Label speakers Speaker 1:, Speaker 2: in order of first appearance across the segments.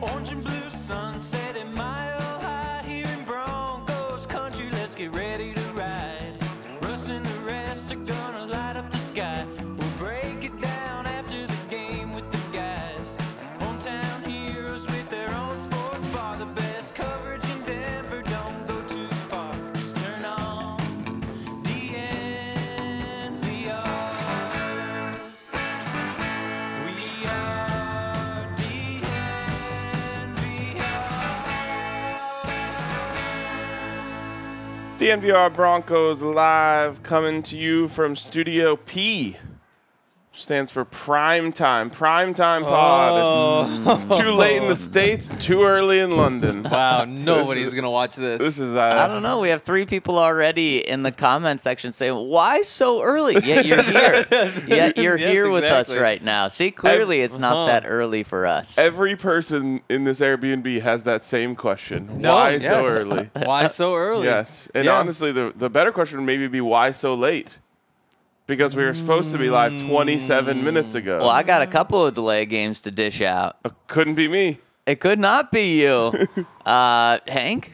Speaker 1: Orange and blue sunset and mile high here in Broncos country. Let's get ready to ride. Russ and the rest are gonna light up the sky. We'll break it down after the game with the guys. Hometown heroes with their own sports bar. The best coverage in Denver. Don't go too far. Just turn on DNVR. We are
Speaker 2: DNVR Broncos live coming to you from Studio P. which Stands for prime time, prime time pod. It's,
Speaker 3: Oh.
Speaker 2: it's too late in the states, too early in London.
Speaker 4: Wow, nobody's gonna watch this.
Speaker 2: This is uh,
Speaker 3: I don't know. We have three people already in the comment section saying, "Why so early?" Yet you're here. Yet you're
Speaker 4: Yes,
Speaker 3: here with us
Speaker 4: exactly. uh-huh.
Speaker 3: right now. See, clearly it's not that early for us.
Speaker 2: Every person in this Airbnb has that same question.
Speaker 4: No,
Speaker 2: why so
Speaker 4: yes.
Speaker 2: early?
Speaker 4: Why so early?
Speaker 2: yes, and
Speaker 4: Yeah.
Speaker 2: honestly, the the better question would maybe be why so late, because we were supposed to be live 27 minutes ago.
Speaker 3: Well, I got a couple of delay games to dish out.
Speaker 2: Couldn't be me.
Speaker 3: It could not be you, uh, Hank.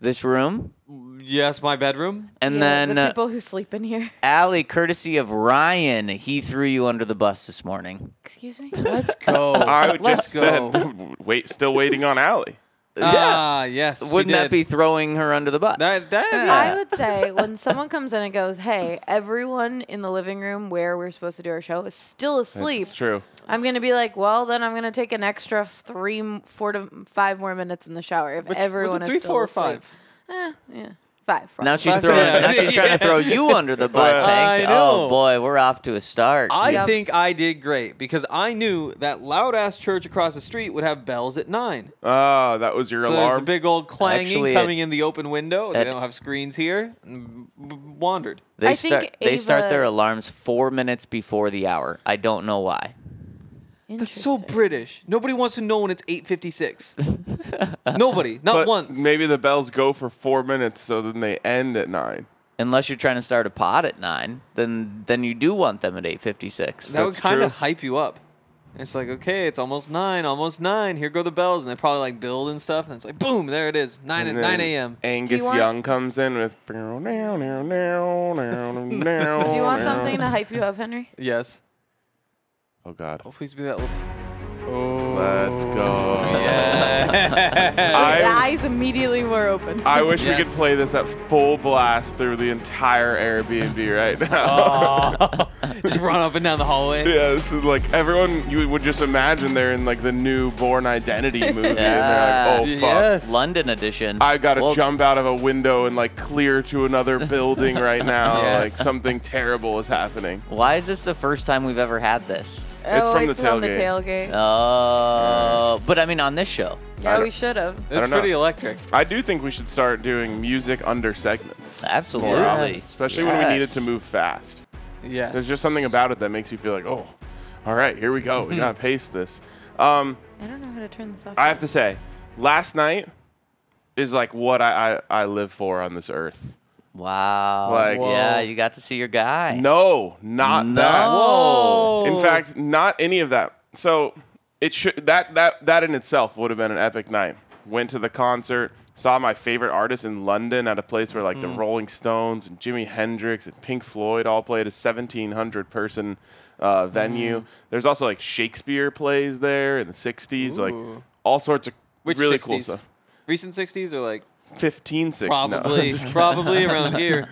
Speaker 3: This room,
Speaker 4: Yes, my bedroom.
Speaker 3: and
Speaker 5: Yeah,
Speaker 3: then
Speaker 5: the
Speaker 3: uh,
Speaker 5: people who sleep in here.
Speaker 3: Allie, courtesy of Ryan, he threw you under the bus this morning.
Speaker 5: Excuse me.
Speaker 4: Let's go.
Speaker 2: I
Speaker 4: Let's
Speaker 2: just
Speaker 4: go.
Speaker 2: said, wait, still waiting on Allie.
Speaker 4: Ah, yes. we
Speaker 3: Wouldn't that
Speaker 4: did.
Speaker 3: be throwing her under the bus?
Speaker 4: That, that,
Speaker 5: I would say when someone comes in and goes, "Hey, everyone in the living room where we're supposed to do our show is still asleep,"
Speaker 2: It's true.
Speaker 5: I'm gonna be like, "Well, then I'm gonna take an extra three, m- four to five more minutes in the shower if
Speaker 4: Which- was
Speaker 5: everyone
Speaker 4: it
Speaker 5: is
Speaker 4: three,
Speaker 5: still
Speaker 4: four, or
Speaker 5: asleep."
Speaker 4: five?
Speaker 5: Yeah, five.
Speaker 3: Now
Speaker 5: probably.
Speaker 3: she's
Speaker 4: But-
Speaker 3: throwing. Now
Speaker 4: Yeah.
Speaker 3: she's trying to throw you under the bus,
Speaker 4: Well,
Speaker 3: Hank.
Speaker 4: I know.
Speaker 3: Oh boy, we're off to a start.
Speaker 4: I
Speaker 5: Yep.
Speaker 4: think I did great because I knew that loud ass church across the street would have bells at nine.
Speaker 2: Ah, that was your
Speaker 4: so
Speaker 2: alarm.
Speaker 4: there's a big old clanging
Speaker 3: Actually, it-
Speaker 4: coming in the open window. They
Speaker 3: it-
Speaker 4: don't have screens here. and w- Wandered.
Speaker 3: they
Speaker 5: I think
Speaker 3: start. they start
Speaker 5: Ava-
Speaker 3: their alarms four minutes before the hour. I don't know why.
Speaker 4: That's so
Speaker 5: Interesting.
Speaker 4: British. Nobody wants to know when it's 8:56. Nobody, not
Speaker 2: but
Speaker 4: once.
Speaker 2: Maybe the bells go for four minutes, so then they end at nine.
Speaker 3: Unless you're trying to start a pod at nine, then then you do want them at eight fifty six.
Speaker 4: that would
Speaker 2: That's
Speaker 4: kind
Speaker 2: true.
Speaker 4: of hype you up. It's like, okay, it's almost nine, almost nine. Here go the bells, and they probably like build and stuff, and it's like, boom, there it is, nine at
Speaker 2: And then
Speaker 4: nine a.m.
Speaker 2: Angus
Speaker 5: want-
Speaker 2: Young comes in with. Do
Speaker 5: Do
Speaker 2: you
Speaker 5: you want something to hype you up, Henry?
Speaker 4: Yes.
Speaker 2: Oh God!
Speaker 4: Oh, please be that. Old.
Speaker 2: Let's go.
Speaker 5: His
Speaker 2: I,
Speaker 5: eyes immediately were open.
Speaker 2: I wish we could
Speaker 4: Yes.
Speaker 2: play this at full blast through the entire Airbnb right
Speaker 4: Oh,
Speaker 2: now.
Speaker 4: Just run up and down the hallway.
Speaker 2: yeah, this is like everyone you would just imagine they're in like the new Born Identity movie, and they're like, oh fuck.
Speaker 4: Yes.
Speaker 3: London edition.
Speaker 2: I gotta
Speaker 3: Well,
Speaker 2: jump out of a window and like clear to another building right now.
Speaker 4: Yes.
Speaker 2: Like something terrible is happening.
Speaker 3: Why is this the first time we've ever had this?
Speaker 2: It's
Speaker 5: oh,
Speaker 2: from the
Speaker 5: it's on the
Speaker 2: tailgate.
Speaker 5: tailgate.
Speaker 3: Uh, but I mean, on this show.
Speaker 5: yeah, we should have.
Speaker 4: It's
Speaker 2: don't know.
Speaker 4: pretty electric.
Speaker 2: I do think we should start doing music under segments.
Speaker 3: Absolutely.
Speaker 2: More often,
Speaker 4: Yes.
Speaker 2: Especially when we need it
Speaker 3: Yes.
Speaker 2: to move fast.
Speaker 4: Yes.
Speaker 2: There's just something about it that makes you feel like, oh, all right, here we go. We gotta pace this. Um,
Speaker 5: I don't know how to turn this off.
Speaker 2: I have to say, last night is like what I, I, I live for on this earth.
Speaker 3: Wow.
Speaker 2: Like-
Speaker 3: yeah,
Speaker 2: Whoa.
Speaker 3: you got to see your guy.
Speaker 2: No, not that.
Speaker 3: No.
Speaker 2: In fact, not any of that. So it should that that that in itself would have been an epic night. Went to the concert, saw my favorite artist in London at a place where like
Speaker 4: Mm.
Speaker 2: the Rolling Stones and Jimi Hendrix and Pink Floyd all played a 1,700 person uh, venue.
Speaker 4: Mm.
Speaker 2: There's also like Shakespeare plays there in the 60s, like all sorts of
Speaker 4: Which
Speaker 2: really
Speaker 4: 60s?
Speaker 2: cool stuff.
Speaker 4: Recent 60s or like
Speaker 2: 15, 60.
Speaker 4: probably probably around here.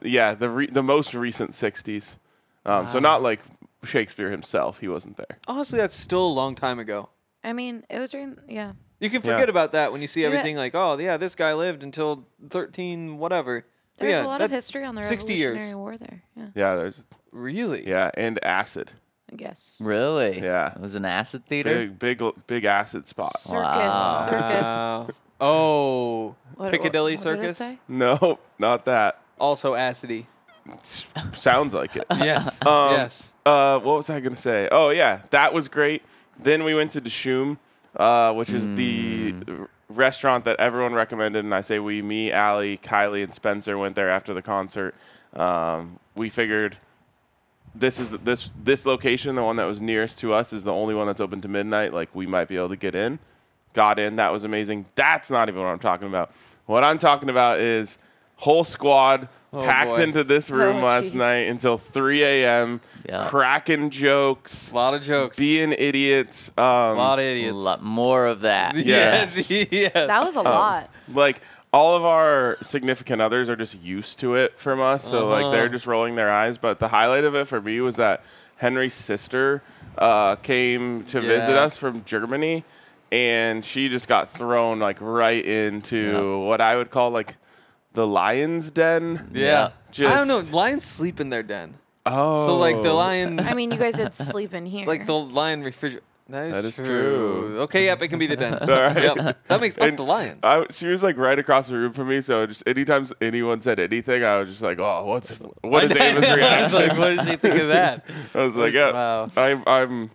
Speaker 2: yeah, the re- the most recent 60s. Um, So not like Shakespeare himself. He wasn't there.
Speaker 4: Honestly, that's still a long time ago.
Speaker 5: I mean, it was during. Yeah.
Speaker 4: You can forget about that when you see
Speaker 5: right.
Speaker 4: everything like, oh yeah, this guy lived until 13 whatever. But
Speaker 5: There's
Speaker 4: yeah,
Speaker 5: a lot of
Speaker 4: that-
Speaker 5: history on the
Speaker 4: 60 years.
Speaker 5: Revolutionary War there. Yeah.
Speaker 2: Yeah, there's
Speaker 4: Really?
Speaker 2: yeah, and acid.
Speaker 5: I guess.
Speaker 3: Really?
Speaker 2: Yeah.
Speaker 3: It was an acid theater.
Speaker 2: Big big big acid spot.
Speaker 5: Circus.
Speaker 3: Wow.
Speaker 5: Circus.
Speaker 4: Oh,
Speaker 5: What-
Speaker 4: Piccadilly
Speaker 5: what- what did it
Speaker 4: Circus.
Speaker 5: say?
Speaker 2: No, not that.
Speaker 4: Also acidy.
Speaker 2: S- Sounds like it.
Speaker 4: Yes. yes.
Speaker 2: Uh, what was I gonna say? Oh yeah, that was great. Then we went to Dishoom, uh, which is the r- restaurant that everyone recommended, and I say we, me, Allie, Kylie, and Spencer went there after the concert. Um, we figured this is the, this this location, the one that was nearest to us, is the only one that's open to midnight. Like we might be able to get in. Got in. That was amazing. That's not even what I'm talking about. What I'm talking about is whole squad packed
Speaker 4: boy.
Speaker 2: into this room
Speaker 5: Oh,
Speaker 2: last
Speaker 5: jeez.
Speaker 2: night until 3 a.m.
Speaker 3: Yeah.
Speaker 2: Cracking jokes,
Speaker 4: A lot of jokes.
Speaker 2: being idiots. Um,
Speaker 4: a lot of
Speaker 3: A
Speaker 4: idiots.
Speaker 3: lot more of that.
Speaker 4: Yes. yes.
Speaker 5: That was a lot.
Speaker 2: like all of our significant others are just used to it from us, so like
Speaker 4: Uh-huh.
Speaker 2: they're just rolling their eyes. But the highlight of it for me was that Henry's sister uh, came to visit
Speaker 4: Yeah.
Speaker 2: us from Germany, and she just got thrown like right into what I would call like the lion's den.
Speaker 4: Yeah.
Speaker 2: Just-
Speaker 4: I don't know. Lions sleep in their den.
Speaker 2: Oh,
Speaker 4: So like the lion,
Speaker 5: I mean, you guys had sleep in here.
Speaker 4: like the lion refrigerator. That is,
Speaker 2: That is
Speaker 4: true.
Speaker 2: true.
Speaker 4: Okay, yep, it can be the den.
Speaker 2: right.
Speaker 4: Yep. That makes us
Speaker 2: And
Speaker 4: the lions.
Speaker 2: I, she was like right across the room from me, so just anytime s- anyone said anything, I was just like, "Oh, what's what is Ava's
Speaker 4: I was
Speaker 2: reaction?"
Speaker 4: like, what did she think of that?
Speaker 2: I was like,
Speaker 4: Which-
Speaker 2: yeah,
Speaker 4: wow.
Speaker 2: I'm, I'm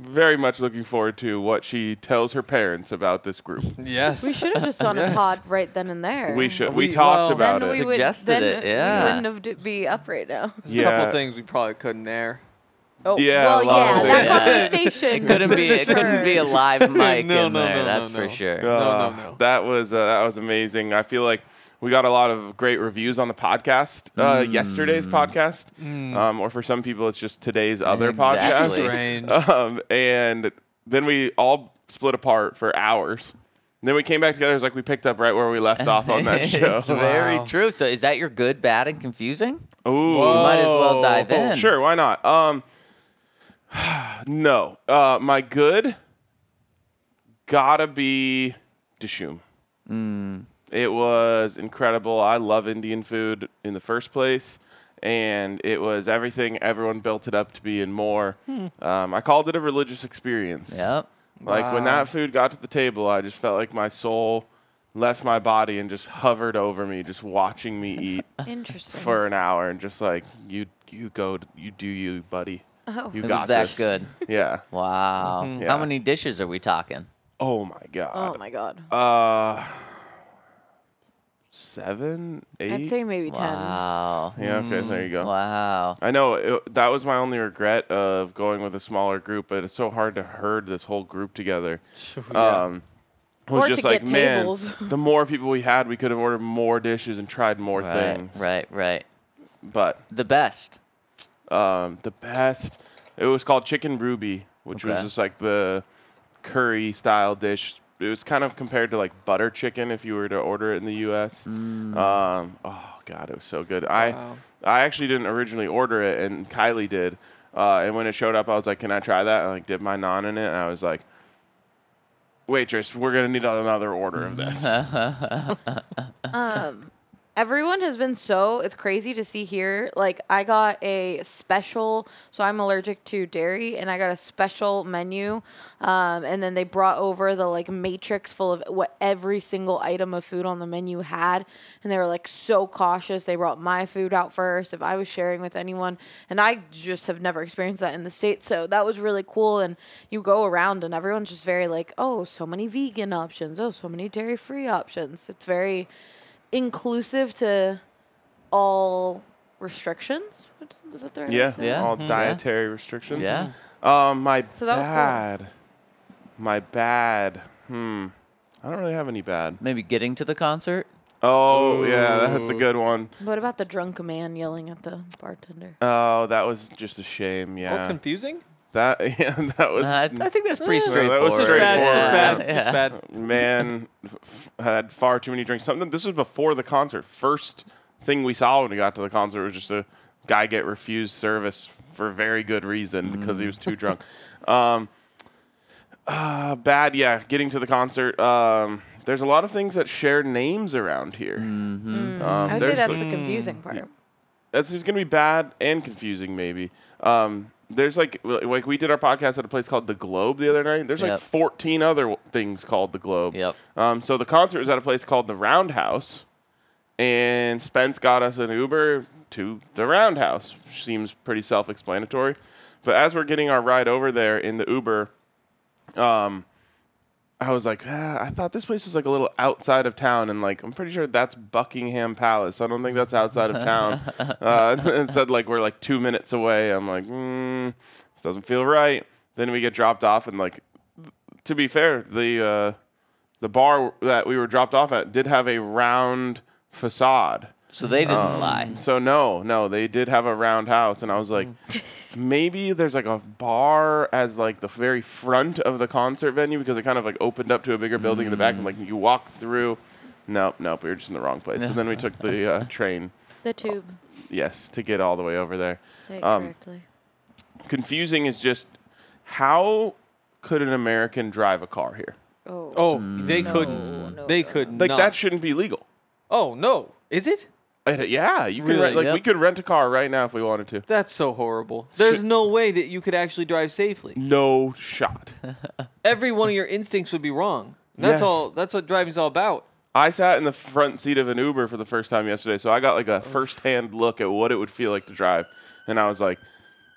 Speaker 2: very much looking forward to what she tells her parents about this group.
Speaker 4: Yes.
Speaker 5: we should have just done a
Speaker 4: Yes.
Speaker 5: pod right then and there.
Speaker 2: We should. We,
Speaker 4: We-
Speaker 2: talked
Speaker 4: well-
Speaker 5: Then
Speaker 2: about
Speaker 5: we
Speaker 2: it.
Speaker 5: would.
Speaker 3: Suggested
Speaker 5: then
Speaker 3: it,
Speaker 5: we
Speaker 3: yeah.
Speaker 5: wouldn't have d- be up right now.
Speaker 4: There's a
Speaker 2: Yeah.
Speaker 4: couple things we probably couldn't air.
Speaker 5: Oh,
Speaker 2: Yeah,
Speaker 5: Well,
Speaker 2: a lot
Speaker 5: yeah.
Speaker 2: of
Speaker 5: That
Speaker 3: things.
Speaker 5: conversation.
Speaker 3: It couldn't be. It couldn't be a live mic
Speaker 4: No,
Speaker 3: in
Speaker 4: no,
Speaker 3: there.
Speaker 4: no, no,
Speaker 3: that's for
Speaker 4: no.
Speaker 2: Uh,
Speaker 3: sure.
Speaker 4: no, no.
Speaker 2: That was uh, that was amazing. I feel like we got a lot of great reviews on the podcast, uh,
Speaker 4: Mm.
Speaker 2: yesterday's podcast, um, or for some people, it's just today's other
Speaker 3: Exactly.
Speaker 2: podcast.
Speaker 4: Strange.
Speaker 2: Um, and then we all split apart for hours. And then we came back together. It was like we picked up right where we left off on that show.
Speaker 3: it's very
Speaker 4: Wow.
Speaker 3: true. So is that your good, bad, and confusing?
Speaker 2: Ooh, Oh,
Speaker 3: Might as well dive in.
Speaker 2: Sure, why not? Um, no, uh, my good gotta be Dishoom.
Speaker 3: Hmm.
Speaker 2: It was incredible. I love Indian food in the first place, and it was everything everyone built it up to be and more. Um, I called it a religious experience.
Speaker 3: Hmm. Yep.
Speaker 2: Like when that food got to the table, I just felt like my soul left my body and just hovered over me, just watching me eat
Speaker 5: Interesting.
Speaker 2: for an hour and just like you you go you do you buddy oh. you
Speaker 3: It
Speaker 2: got
Speaker 3: was that
Speaker 2: this.
Speaker 3: good.
Speaker 2: yeah
Speaker 3: Wow.
Speaker 4: Mm-hmm.
Speaker 2: Yeah.
Speaker 3: How many dishes are we talking?
Speaker 2: oh my
Speaker 5: oh
Speaker 2: god
Speaker 5: my god.
Speaker 2: uh seven eight
Speaker 5: I'd say maybe
Speaker 3: Wow.
Speaker 2: yeah okay there you go
Speaker 3: Mm, Wow.
Speaker 2: I know it, that was my only regret of going with a smaller group, but it's so hard to herd this whole group together. Um, it was
Speaker 5: Or to
Speaker 2: just like
Speaker 5: get
Speaker 2: man,
Speaker 5: tables."
Speaker 2: the more people we had, we could have ordered more dishes and tried more
Speaker 3: Right.
Speaker 2: things.
Speaker 3: Right. Right.
Speaker 2: But
Speaker 3: The best.
Speaker 2: um, the best. It was called chicken ruby, which was
Speaker 3: Okay.
Speaker 2: just like the curry style dish. It was kind of compared to like butter chicken if you were to order it in the U.S.
Speaker 3: Mm.
Speaker 2: Um, oh god, it was so good.
Speaker 4: Wow.
Speaker 2: I I actually didn't originally order it, and Kylie did. Uh, and when it showed up, I was like, "Can I try that?" I like dipped my naan in it, and I was like, "Waitress, we're gonna need another order of this."
Speaker 5: Everyone has been so it's crazy to see here. Like I got a special, so I'm allergic to dairy, and I got a special menu, um, and then they brought over the like matrix full of what every single item of food on the menu had, and they were like so cautious. They brought my food out first if I was sharing with anyone, and I just have never experienced that in the states, so that was really cool. And you go around, and everyone's just very like, oh, so many vegan options, oh, so many dairy free options. It's very inclusive to all restrictions. What- Is that the right? way to
Speaker 2: yeah,
Speaker 5: say
Speaker 3: Yeah.
Speaker 5: that?
Speaker 2: all
Speaker 3: Mhm.
Speaker 2: dietary restrictions.
Speaker 3: Yeah.
Speaker 2: Um, my
Speaker 5: So that was cool.
Speaker 2: bad. My bad. Hmm. I don't really have any bad.
Speaker 3: Maybe getting to the concert.
Speaker 2: Oh yeah, that's a good one.
Speaker 5: What about the drunk man yelling at the bartender?
Speaker 2: Oh, that was just a shame.
Speaker 4: Oh,
Speaker 2: Yeah.
Speaker 4: confusing.
Speaker 2: that yeah, that was.
Speaker 3: Uh, I, I think that's pretty
Speaker 2: Yeah, that
Speaker 3: straightforward.
Speaker 2: was
Speaker 4: Just bad. Just bad.
Speaker 2: straightforward.
Speaker 4: Just bad.
Speaker 2: man f- f- had far too many drinks. Something this was before the concert. First thing we saw when we got to the concert was just a guy get refused service for very good reason because he was too drunk. Um, uh, bad, yeah. Getting to the concert. Um, there's a lot of things that share names around here. Um,
Speaker 5: Mm. I would say
Speaker 2: there's
Speaker 5: that's
Speaker 2: like-
Speaker 5: the confusing part.
Speaker 2: that's just gonna be bad and confusing maybe. Um, there's like like we did our podcast at a place called the Globe the other night. There's like
Speaker 3: Yep.
Speaker 2: 14 other w- things called the Globe.
Speaker 3: Yep.
Speaker 2: Um, so the concert was at a place called the Roundhouse, and Spence got us an Uber to the Roundhouse. Which seems pretty self-explanatory, but as we're getting our ride over there in the Uber, um, I was like, ah, I thought this place was like a little outside of town, and like I'm pretty sure that's Buckingham Palace. I don't think that's outside of town. uh, and said like we're like two minutes away. I'm like, mm, this doesn't feel right. Then we get dropped off, and like, to be fair, the uh, the bar that we were dropped off at did have a round facade.
Speaker 3: So they didn't
Speaker 2: Um,
Speaker 3: lie.
Speaker 2: So no, no, they did have a round house, and I was like, maybe there's like a bar as like the very front of the concert venue because it kind of like opened up to a bigger building in the back, and like you walk through. Nope, nope, we were just in the wrong place. and then we took the uh, train,
Speaker 5: The tube.
Speaker 2: yes, to get all the way over there.
Speaker 5: Say it
Speaker 2: Um,
Speaker 5: correctly.
Speaker 2: Confusing is just how could an American drive a car here?
Speaker 5: Oh.
Speaker 4: Oh, they couldn't.
Speaker 5: no,
Speaker 4: they
Speaker 5: no,
Speaker 4: could
Speaker 2: Like
Speaker 4: not.
Speaker 2: that shouldn't be legal.
Speaker 4: oh no, is it?
Speaker 2: It- yeah, you could
Speaker 4: Really?
Speaker 2: rent, like
Speaker 3: Yep.
Speaker 2: we could rent a car right now if we wanted to.
Speaker 4: That's so horrible. There's no way that you could actually drive safely.
Speaker 2: No shot.
Speaker 4: Every one of your instincts would be wrong. That's
Speaker 2: Yes.
Speaker 4: all. That's what driving's all about.
Speaker 2: I sat in the front seat of an Uber for the first time yesterday, so I got like
Speaker 3: Oh.
Speaker 2: a first-hand look at what it would feel like to drive, and I was like,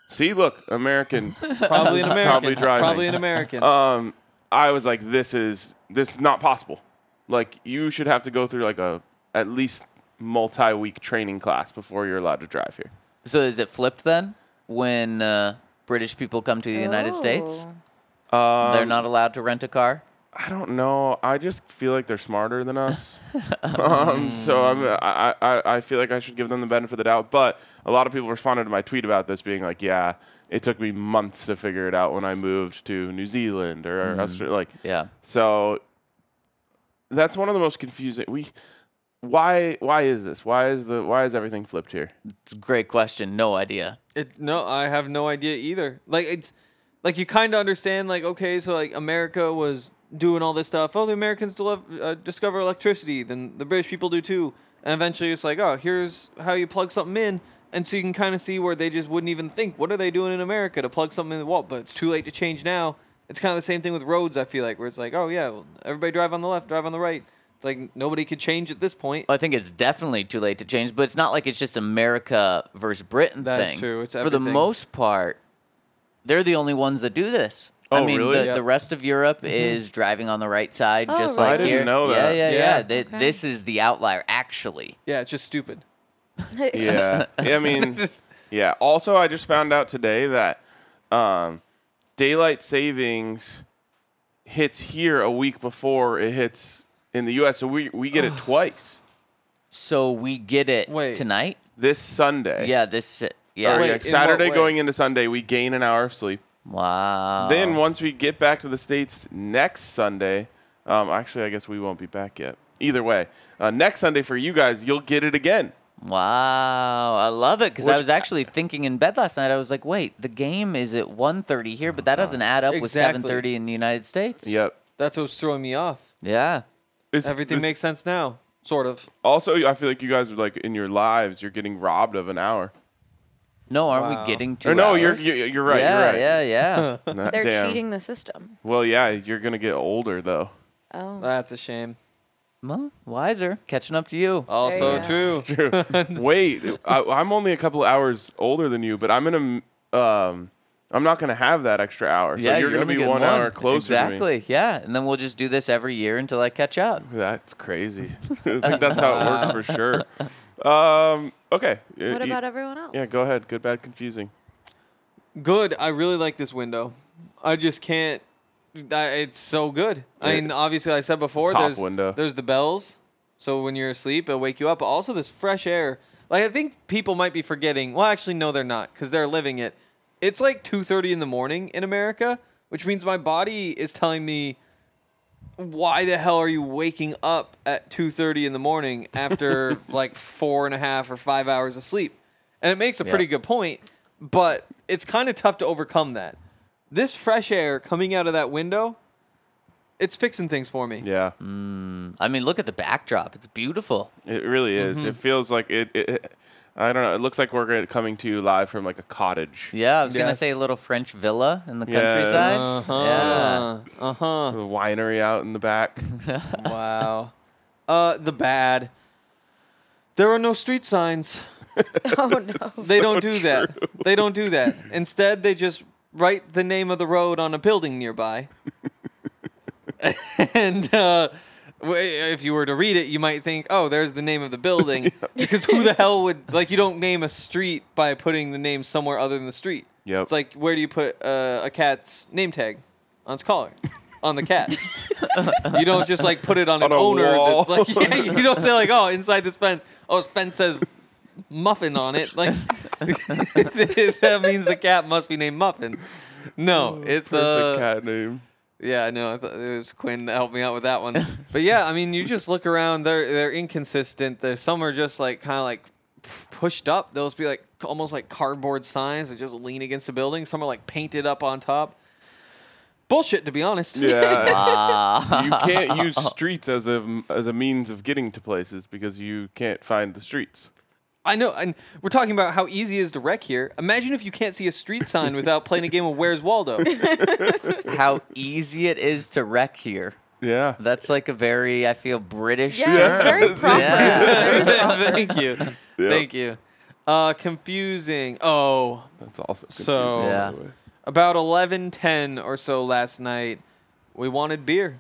Speaker 2: "See, look, American."
Speaker 4: Probably an American.
Speaker 2: Probably driving.
Speaker 4: Probably an American.
Speaker 2: um, I was like, "This is this is not possible. Like, you should have to go through like a at least multi-week training class before you're allowed to drive here."
Speaker 3: So is it flipped then? When uh, British people come to the United States,
Speaker 5: Oh.
Speaker 2: Um,
Speaker 3: they're not allowed to rent a car.
Speaker 2: I don't know. I just feel like they're smarter than us. um, so I'm, I, I, I feel like I should give them the benefit of the doubt. But a lot of people responded to my tweet about this being like, yeah, it took me months to figure it out when I moved to New Zealand or Australia. Like,
Speaker 3: Yeah.
Speaker 2: so that's one of the most confusing. We, why, why is this? Why is the, why is everything flipped here?
Speaker 3: It's a great question. No idea.
Speaker 4: It, no, I have no idea either. Like it's like you kind of understand. Like okay, so like America was doing all this stuff. Oh, the Americans delo- uh, discover electricity, then the British people do too. And eventually, it's like oh, here's how you plug something in, and so you can kind of see where they just wouldn't even think. What are they doing in America to plug something in the wall? But it's too late to change now. It's kind of the same thing with roads. I feel like where it's like oh yeah, well, everybody drive on the left, drive on the right. It's like nobody could change at this point.
Speaker 3: Well, I think it's definitely too late to change, but it's not like it's just America versus Britain
Speaker 4: That is
Speaker 3: thing.
Speaker 4: true. It's
Speaker 3: for the
Speaker 4: everything.
Speaker 3: most part, they're the only ones that do this. I
Speaker 2: Oh,
Speaker 3: mean,
Speaker 2: really?
Speaker 3: the,
Speaker 4: Yeah.
Speaker 3: the rest of Europe is driving on the right side,
Speaker 5: Oh,
Speaker 3: just
Speaker 5: really?
Speaker 3: like
Speaker 5: I didn't
Speaker 3: here.
Speaker 2: know that.
Speaker 3: Yeah, yeah,
Speaker 4: Yeah.
Speaker 3: yeah. They- This is the outlier, actually.
Speaker 4: Yeah, it's just stupid.
Speaker 2: Yeah. I mean, yeah. Also, I just found out today that um, daylight savings hits here a week before it hits in the U.S. So we we get it twice
Speaker 3: So we get it
Speaker 4: Wait.
Speaker 3: tonight.
Speaker 2: this Sunday.
Speaker 3: Yeah, this. Yeah.
Speaker 2: Or,
Speaker 4: Wait,
Speaker 2: yeah,
Speaker 4: in what
Speaker 2: Saturday
Speaker 4: way?
Speaker 2: going into Sunday, we gain an hour of sleep.
Speaker 3: Wow.
Speaker 4: Oh.
Speaker 2: Then once we get back to the states next Sunday, um, actually I guess we won't be back yet. Either way, uh, next Sunday for you guys, you'll get it again.
Speaker 3: Wow, I love it because I
Speaker 2: Which-
Speaker 3: was actually thinking in bed last night. I was like, "Wait, the game is at 1.30 here, but that doesn't add up with
Speaker 4: Exactly.
Speaker 3: seven thirty in the United States."
Speaker 2: Yep.
Speaker 4: That's what's throwing me off.
Speaker 3: Yeah.
Speaker 2: It's,
Speaker 4: Everything
Speaker 2: this-
Speaker 4: makes sense now, sort of.
Speaker 2: Also, I feel like you guys would like in your lives, you're getting robbed of an hour.
Speaker 3: No, aren't
Speaker 4: Wow.
Speaker 3: we getting two?
Speaker 2: Or no, you're,
Speaker 3: hours?
Speaker 2: you're you're right.
Speaker 3: Yeah,
Speaker 2: you're right.
Speaker 3: yeah, yeah.
Speaker 2: Nah,
Speaker 5: They're
Speaker 2: damn.
Speaker 5: cheating the system.
Speaker 2: Well, yeah, you're gonna get older though. Uh,
Speaker 5: Oh,
Speaker 4: That's a shame.
Speaker 3: well, wiser, catching up to you.
Speaker 4: Also
Speaker 5: you go.
Speaker 4: true.
Speaker 2: It's true. Wait, I, I'm only a couple hours older than you, but I'm gonna um, I'm not gonna have that extra hour. So
Speaker 3: yeah,
Speaker 2: you're, gonna
Speaker 3: only
Speaker 2: be
Speaker 3: getting
Speaker 2: one, hour closer. To me.
Speaker 3: Exactly. Yeah, and then we'll just do this every year until I catch up.
Speaker 2: That's crazy. I think that's how it works for sure. Um, okay.
Speaker 5: what about everyone else?
Speaker 2: Yeah, go ahead. Good, bad, confusing.
Speaker 4: Good. I really like this window. I just can't. I, it's so good. I
Speaker 2: It-
Speaker 4: mean, obviously, I said before,
Speaker 2: top
Speaker 4: there's
Speaker 2: window.
Speaker 4: there's the bells. So when you're asleep, it'll wake you up. But also, this fresh air. Like I think people might be forgetting. Well, actually, no, they're not because they're living it. It's like two thirty in the morning in America, which means my body is telling me, "Why the hell are you waking up at two thirty in the morning after like four and a half or five hours of sleep?" And it makes a pretty good point, but it's kind of tough to overcome that. This fresh air coming out of that window, it's fixing things for me.
Speaker 2: Yeah,
Speaker 3: I mean, look at the backdrop; it's beautiful.
Speaker 2: it really is.
Speaker 4: Mm-hmm.
Speaker 2: It feels like it, it, it- I don't know. It looks like we're gonna- coming to you live from like a cottage.
Speaker 3: Yeah, I was gonna say a
Speaker 4: Yes.
Speaker 3: little French villa in the
Speaker 2: Yes.
Speaker 3: countryside.
Speaker 2: Uh-huh.
Speaker 3: Yeah.
Speaker 4: Uh huh.
Speaker 2: The winery out in the back.
Speaker 4: Wow. Uh, the bad. There are no street signs.
Speaker 5: Oh no.
Speaker 4: They don't do that. They don't do that. Instead, they just write the name of the road on a building nearby. and uh, w- if you were to read it, you might think, "Oh, there's the name of the building," because who the hell would like? You don't name a street by putting the name somewhere other than the street.
Speaker 2: Yep.
Speaker 4: It's like where do you put uh, a cat's name tag on its collar? On the cat. you don't just like put it on, an
Speaker 2: a
Speaker 4: owner
Speaker 2: wall.
Speaker 4: that's like yeah, you don't say like, oh, inside this fence. Oh, this fence says muffin on it. Like that means the cat must be named Muffin. No, it's
Speaker 2: Perfect
Speaker 4: uh,
Speaker 2: Oh, cat name.
Speaker 4: yeah, I know. I thought it was Quinn that helped me out with that one. But yeah, I mean, you just look around. They're they're inconsistent. There's some are just like kind of like pushed up. Those be like almost like cardboard signs that just lean against the building. Some are like painted up on top. Bullshit, to be honest.
Speaker 2: Yeah. you can't use streets as a as a means of getting to places because you can't find the streets.
Speaker 4: I know, and we're talking about how easy it is to wreck here. Imagine if you can't see a street sign without playing a game of Where's Waldo.
Speaker 3: How easy it is to wreck here.
Speaker 2: Yeah.
Speaker 3: That's like a very, I feel British.
Speaker 5: Yeah, it's
Speaker 3: term.
Speaker 5: very proper.
Speaker 3: Yeah.
Speaker 4: Thank you. Thank you. Uh, confusing. Oh,
Speaker 2: That's also confusing.
Speaker 4: So-
Speaker 3: Yeah.
Speaker 4: about 11:10 or so last night, we wanted beer.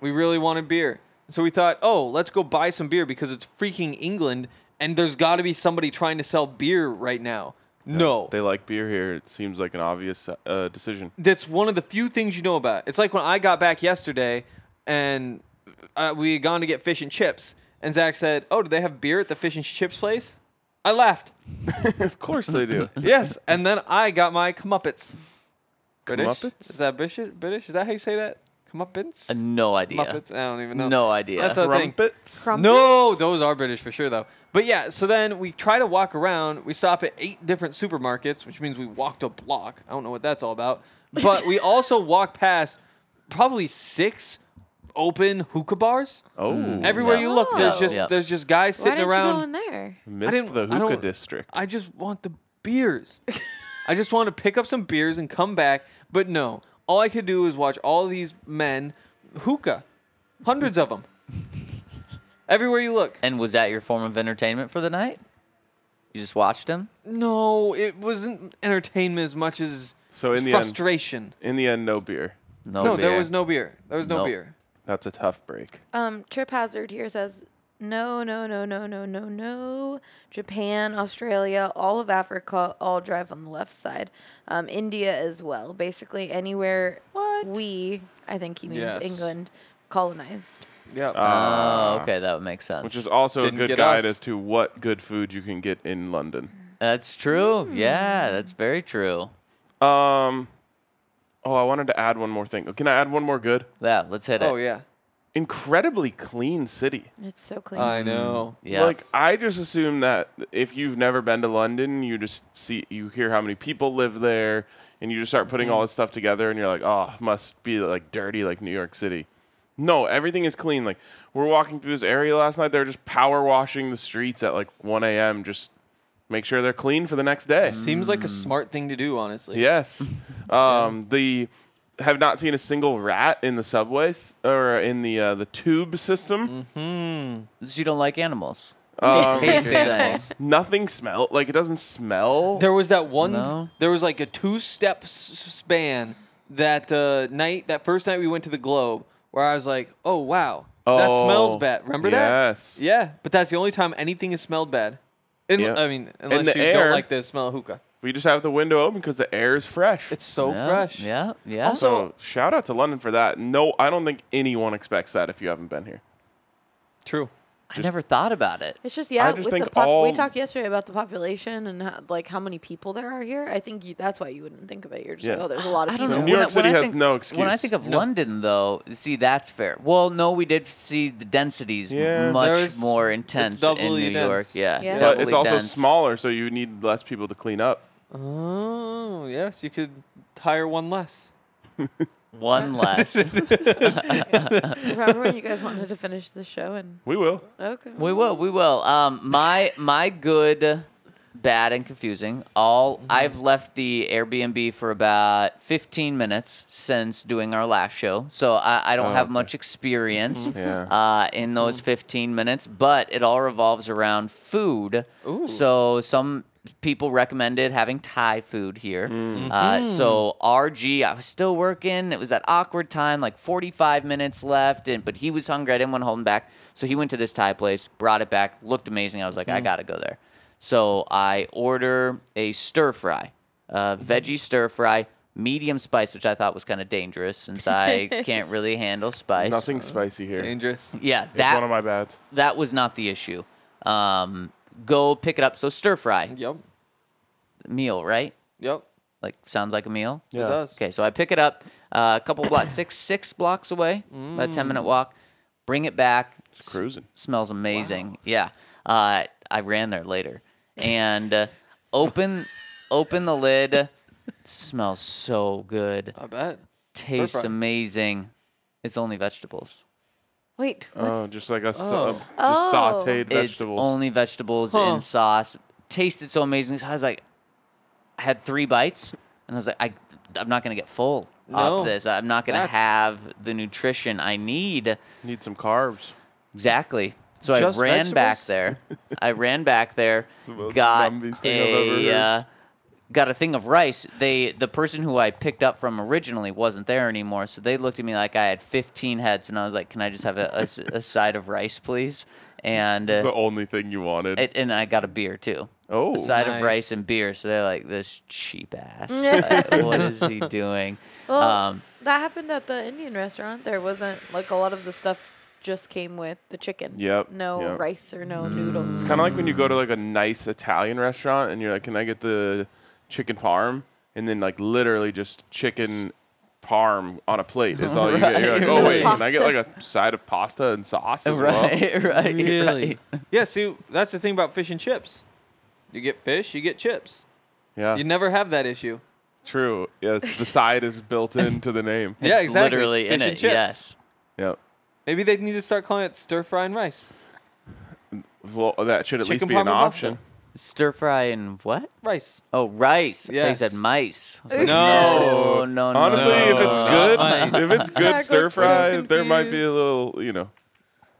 Speaker 4: We really wanted beer. So we thought, "Oh, let's go buy some beer because it's freaking England and there's got to be somebody trying to sell beer right now." No.
Speaker 2: They like beer here. It seems like an obvious uh, decision.
Speaker 4: that's one of the few things you know about. It's like when I got back yesterday and uh, we had gone to get fish and chips, and Zach said, Oh, do they have beer at the fish and chips place? I laughed.
Speaker 2: Of course they do.
Speaker 4: Yes. and then I got my comeuppets. British?
Speaker 2: Comeuppets?
Speaker 4: Is that British? British? Is that how you say that? Comeuppets?
Speaker 3: No idea.
Speaker 4: Muppets? uh, I don't even know.
Speaker 3: No idea.
Speaker 4: That's a thing.
Speaker 2: Crumpets.
Speaker 4: No, those are British for sure, though. But yeah, so then we try to walk around. We stop at eight different supermarkets, which means we walked a block. I don't know what that's all about. But we also walked past probably six open hookah bars.
Speaker 2: Oh,
Speaker 4: Everywhere you look, there's
Speaker 3: Oh.
Speaker 4: just
Speaker 3: Yeah.
Speaker 4: there's just guys
Speaker 5: Why
Speaker 4: sitting
Speaker 5: didn't
Speaker 4: around.
Speaker 5: you go in there?
Speaker 2: missed
Speaker 4: didn't-
Speaker 2: the
Speaker 4: I
Speaker 2: hookah
Speaker 4: don't-
Speaker 2: district.
Speaker 4: I just want the beers. I just want to pick up some beers and come back. But no, all I could do is watch all these men hookah, hundreds of them. Everywhere you look.
Speaker 3: And was that your form of entertainment for the night? You just watched him?
Speaker 4: No, it wasn't entertainment as much as
Speaker 2: So
Speaker 4: it was
Speaker 2: in the end- Oh,
Speaker 4: frustration.
Speaker 2: In the end, no beer.
Speaker 3: No,
Speaker 4: no, there
Speaker 3: beer.
Speaker 4: was no beer. There was no
Speaker 3: Nope.
Speaker 4: beer.
Speaker 2: That's a tough break.
Speaker 5: Um, Trip Hazard here says, no, no, no, no, no, no, no. Japan, Australia, all of Africa all drive on the left side. Um, India as well. Basically, anywhere we, I think he means
Speaker 4: Yes.
Speaker 5: England, colonized.
Speaker 4: Yeah.
Speaker 2: Uh,
Speaker 3: Oh, okay, that would make sense.
Speaker 2: Which is also
Speaker 4: Didn't
Speaker 2: a good
Speaker 4: get
Speaker 2: guide
Speaker 4: us.
Speaker 2: as to what good food you can get in London.
Speaker 3: That's true. Yeah, that's very true.
Speaker 2: Um, oh, I wanted to add one more thing. Can I add one more good?
Speaker 3: Yeah, let's hit it.
Speaker 4: Oh yeah,
Speaker 2: Incredibly clean city.
Speaker 5: It's so clean.
Speaker 4: I know.
Speaker 3: Yeah.
Speaker 2: Like I just assume that if you've never been to London, you just see you hear how many people live there and you just start putting all this stuff together and you're like, "Oh, must be like dirty like New York City." No, everything is clean. Like we're walking through this area last night, they're just power washing the streets at like 1 a.m. just make sure they're clean for the next day.
Speaker 4: Seems like a
Speaker 2: Mm.
Speaker 4: smart thing to do, honestly.
Speaker 2: Yes. Um, the have not seen a single rat in the subways or in the uh, the tube system.
Speaker 3: So you don't like animals.
Speaker 2: Oh,
Speaker 4: Hate
Speaker 3: You're saying.
Speaker 4: animals.
Speaker 2: Nothing smell like it doesn't smell.
Speaker 4: There was that one.
Speaker 3: No.
Speaker 4: There was like a two-step s- span that uh, night. That first night we went to the Globe, where I was like, "Oh wow, that
Speaker 2: Oh,
Speaker 4: smells bad." Remember that?
Speaker 2: yes.
Speaker 4: Yeah, but that's the only time anything has smelled bad. In,
Speaker 2: Yeah.
Speaker 4: I mean,
Speaker 2: In
Speaker 4: unless
Speaker 2: the
Speaker 4: you
Speaker 2: air.
Speaker 4: don't like the smell of hookah.
Speaker 2: We just have the window open because the air is fresh.
Speaker 4: It's so
Speaker 3: Yeah,
Speaker 4: fresh.
Speaker 3: Yeah, yeah.
Speaker 2: so shout out to London for that. No, I don't think anyone expects that if you haven't been here.
Speaker 4: True.
Speaker 3: I never thought about it.
Speaker 5: It's just yeah.
Speaker 2: just
Speaker 5: with the
Speaker 2: think
Speaker 5: pop- we
Speaker 2: all-
Speaker 5: talked yesterday about the population and how, like how many people there are here. I think you, that's why you wouldn't think of it. You're just like,
Speaker 2: Yeah.
Speaker 5: oh, there's a lot of
Speaker 3: I
Speaker 5: people.
Speaker 3: don't know.
Speaker 2: New
Speaker 3: When I-
Speaker 2: York
Speaker 3: when
Speaker 2: City
Speaker 3: I
Speaker 2: has
Speaker 3: think-
Speaker 2: no
Speaker 3: When I
Speaker 2: excuse.
Speaker 3: think of London, though, see that's fair. Well, no, we did see the densities
Speaker 2: Yeah.
Speaker 3: much
Speaker 4: There's-
Speaker 3: more intense
Speaker 4: it's
Speaker 3: in
Speaker 4: doubly
Speaker 3: New York.
Speaker 4: dense.
Speaker 3: Yeah,
Speaker 5: Yeah.
Speaker 2: But
Speaker 3: doubly
Speaker 2: it's also
Speaker 3: dense.
Speaker 2: smaller, so you need less people to clean up.
Speaker 4: Oh yes, you could hire one less.
Speaker 3: One less.
Speaker 5: Remember when you guys wanted to finish the show and
Speaker 2: We will.
Speaker 5: okay.
Speaker 3: we will. We will. Um, my my good, bad, and confusing. All I've left the Airbnb for about 15 minutes since doing our last show, so I, I don't have much experience
Speaker 2: Yeah.
Speaker 3: uh, in those 15 minutes. But it all revolves around food. So some people recommended having Thai food here. Uh, so RG, I was still working. It was that awkward time, like 45 minutes left, and but he was hungry. I didn't want to hold him back, so he went to this Thai place, brought it back, looked amazing. I was like, I gotta go there. So I order a stir fry, a veggie stir fry. Medium spice, which I thought was kind of dangerous since I can't really handle spice.
Speaker 2: Nothing spicy here.
Speaker 4: Dangerous.
Speaker 3: Yeah,
Speaker 2: It's
Speaker 3: that
Speaker 2: one of my bads.
Speaker 3: that was not the issue. Um, go pick it up. So stir fry
Speaker 4: Yep.
Speaker 3: meal, right?
Speaker 4: Yep.
Speaker 3: Like sounds like a meal.
Speaker 4: It
Speaker 2: Yeah.
Speaker 4: does.
Speaker 3: Okay, so I pick it up uh, a couple blocks, six six blocks away, about a ten
Speaker 2: Mm.
Speaker 3: minute walk. Bring it back. S-
Speaker 2: cruising.
Speaker 3: smells amazing. Yeah. Uh, I ran there later and uh, open open the lid. It smells so good.
Speaker 4: I bet.
Speaker 3: Tastes
Speaker 4: fry.
Speaker 3: amazing. It's only vegetables.
Speaker 5: Wait,
Speaker 3: Uh,
Speaker 5: what?
Speaker 2: Oh, just like a sa- just
Speaker 5: Oh.
Speaker 2: sauteed
Speaker 3: It's
Speaker 2: vegetables.
Speaker 3: only vegetables
Speaker 4: Huh.
Speaker 3: and sauce. Tasted so amazing. So I was like, I had three bites, and I was like, I, I'm not gonna get full off
Speaker 4: No.
Speaker 3: of this. I'm not gonna
Speaker 4: That's-
Speaker 3: have the nutrition I need.
Speaker 2: Need some carbs.
Speaker 3: Exactly. So I ran
Speaker 4: Just
Speaker 3: back
Speaker 4: vegetables?
Speaker 3: there. I ran back there.
Speaker 2: the most
Speaker 3: got
Speaker 2: numbiest thing I've ever
Speaker 3: a
Speaker 2: heard.
Speaker 3: uh, got a thing of rice. They the person who I picked up from originally wasn't there anymore, so they looked at me like I had 15 heads, and I was like, "Can I just have a, a s- a side of rice, please?" And
Speaker 2: It's
Speaker 3: uh,
Speaker 2: the only thing you wanted.
Speaker 3: it, and I got a beer too.
Speaker 2: Oh.
Speaker 3: a side
Speaker 4: Nice.
Speaker 3: of rice and beer. So they're like, this cheap ass. Like, what is he doing?
Speaker 5: Well,
Speaker 3: um,
Speaker 5: that happened at the Indian restaurant. There wasn't like a lot of the stuff just came with the chicken.
Speaker 2: Yep,
Speaker 5: No
Speaker 2: yep.
Speaker 5: rice or no noodles.
Speaker 2: Kind of like when you go
Speaker 3: Mm.
Speaker 2: to like a nice Italian restaurant and you're like, "Can I get the chicken parm?" and then like literally just chicken parm on a plate is all you get. You're like,
Speaker 3: Right.
Speaker 2: "Oh wait, can I get like
Speaker 5: Pasta.
Speaker 2: a side of pasta and sauce as well?"
Speaker 3: right, right,
Speaker 4: Really?
Speaker 3: right.
Speaker 4: Yeah. See, that's the thing about fish and chips. You get fish, you get chips.
Speaker 2: Yeah,
Speaker 4: You never have that issue.
Speaker 2: true. Yes, the side is built into the name.
Speaker 4: Yeah,
Speaker 3: It's
Speaker 4: exactly.
Speaker 3: Literally in
Speaker 4: Fish and
Speaker 3: it.
Speaker 4: chips.
Speaker 3: Yes.
Speaker 2: Yep.
Speaker 4: Maybe they need to start calling it stir fry and rice.
Speaker 2: Well, that should at least
Speaker 4: Chicken
Speaker 2: be an
Speaker 4: parm and pasta.
Speaker 2: option.
Speaker 3: Stir fry and what?
Speaker 4: Rice.
Speaker 3: Oh, rice. Yeah. They
Speaker 4: Yes.
Speaker 3: said mice. I was like,
Speaker 4: No.
Speaker 3: no, no, no.
Speaker 2: Honestly, if it's good,
Speaker 4: Nice.
Speaker 2: if it's good
Speaker 5: got
Speaker 2: stir
Speaker 5: so
Speaker 2: fry, there might be a
Speaker 5: confused.
Speaker 2: little, you know,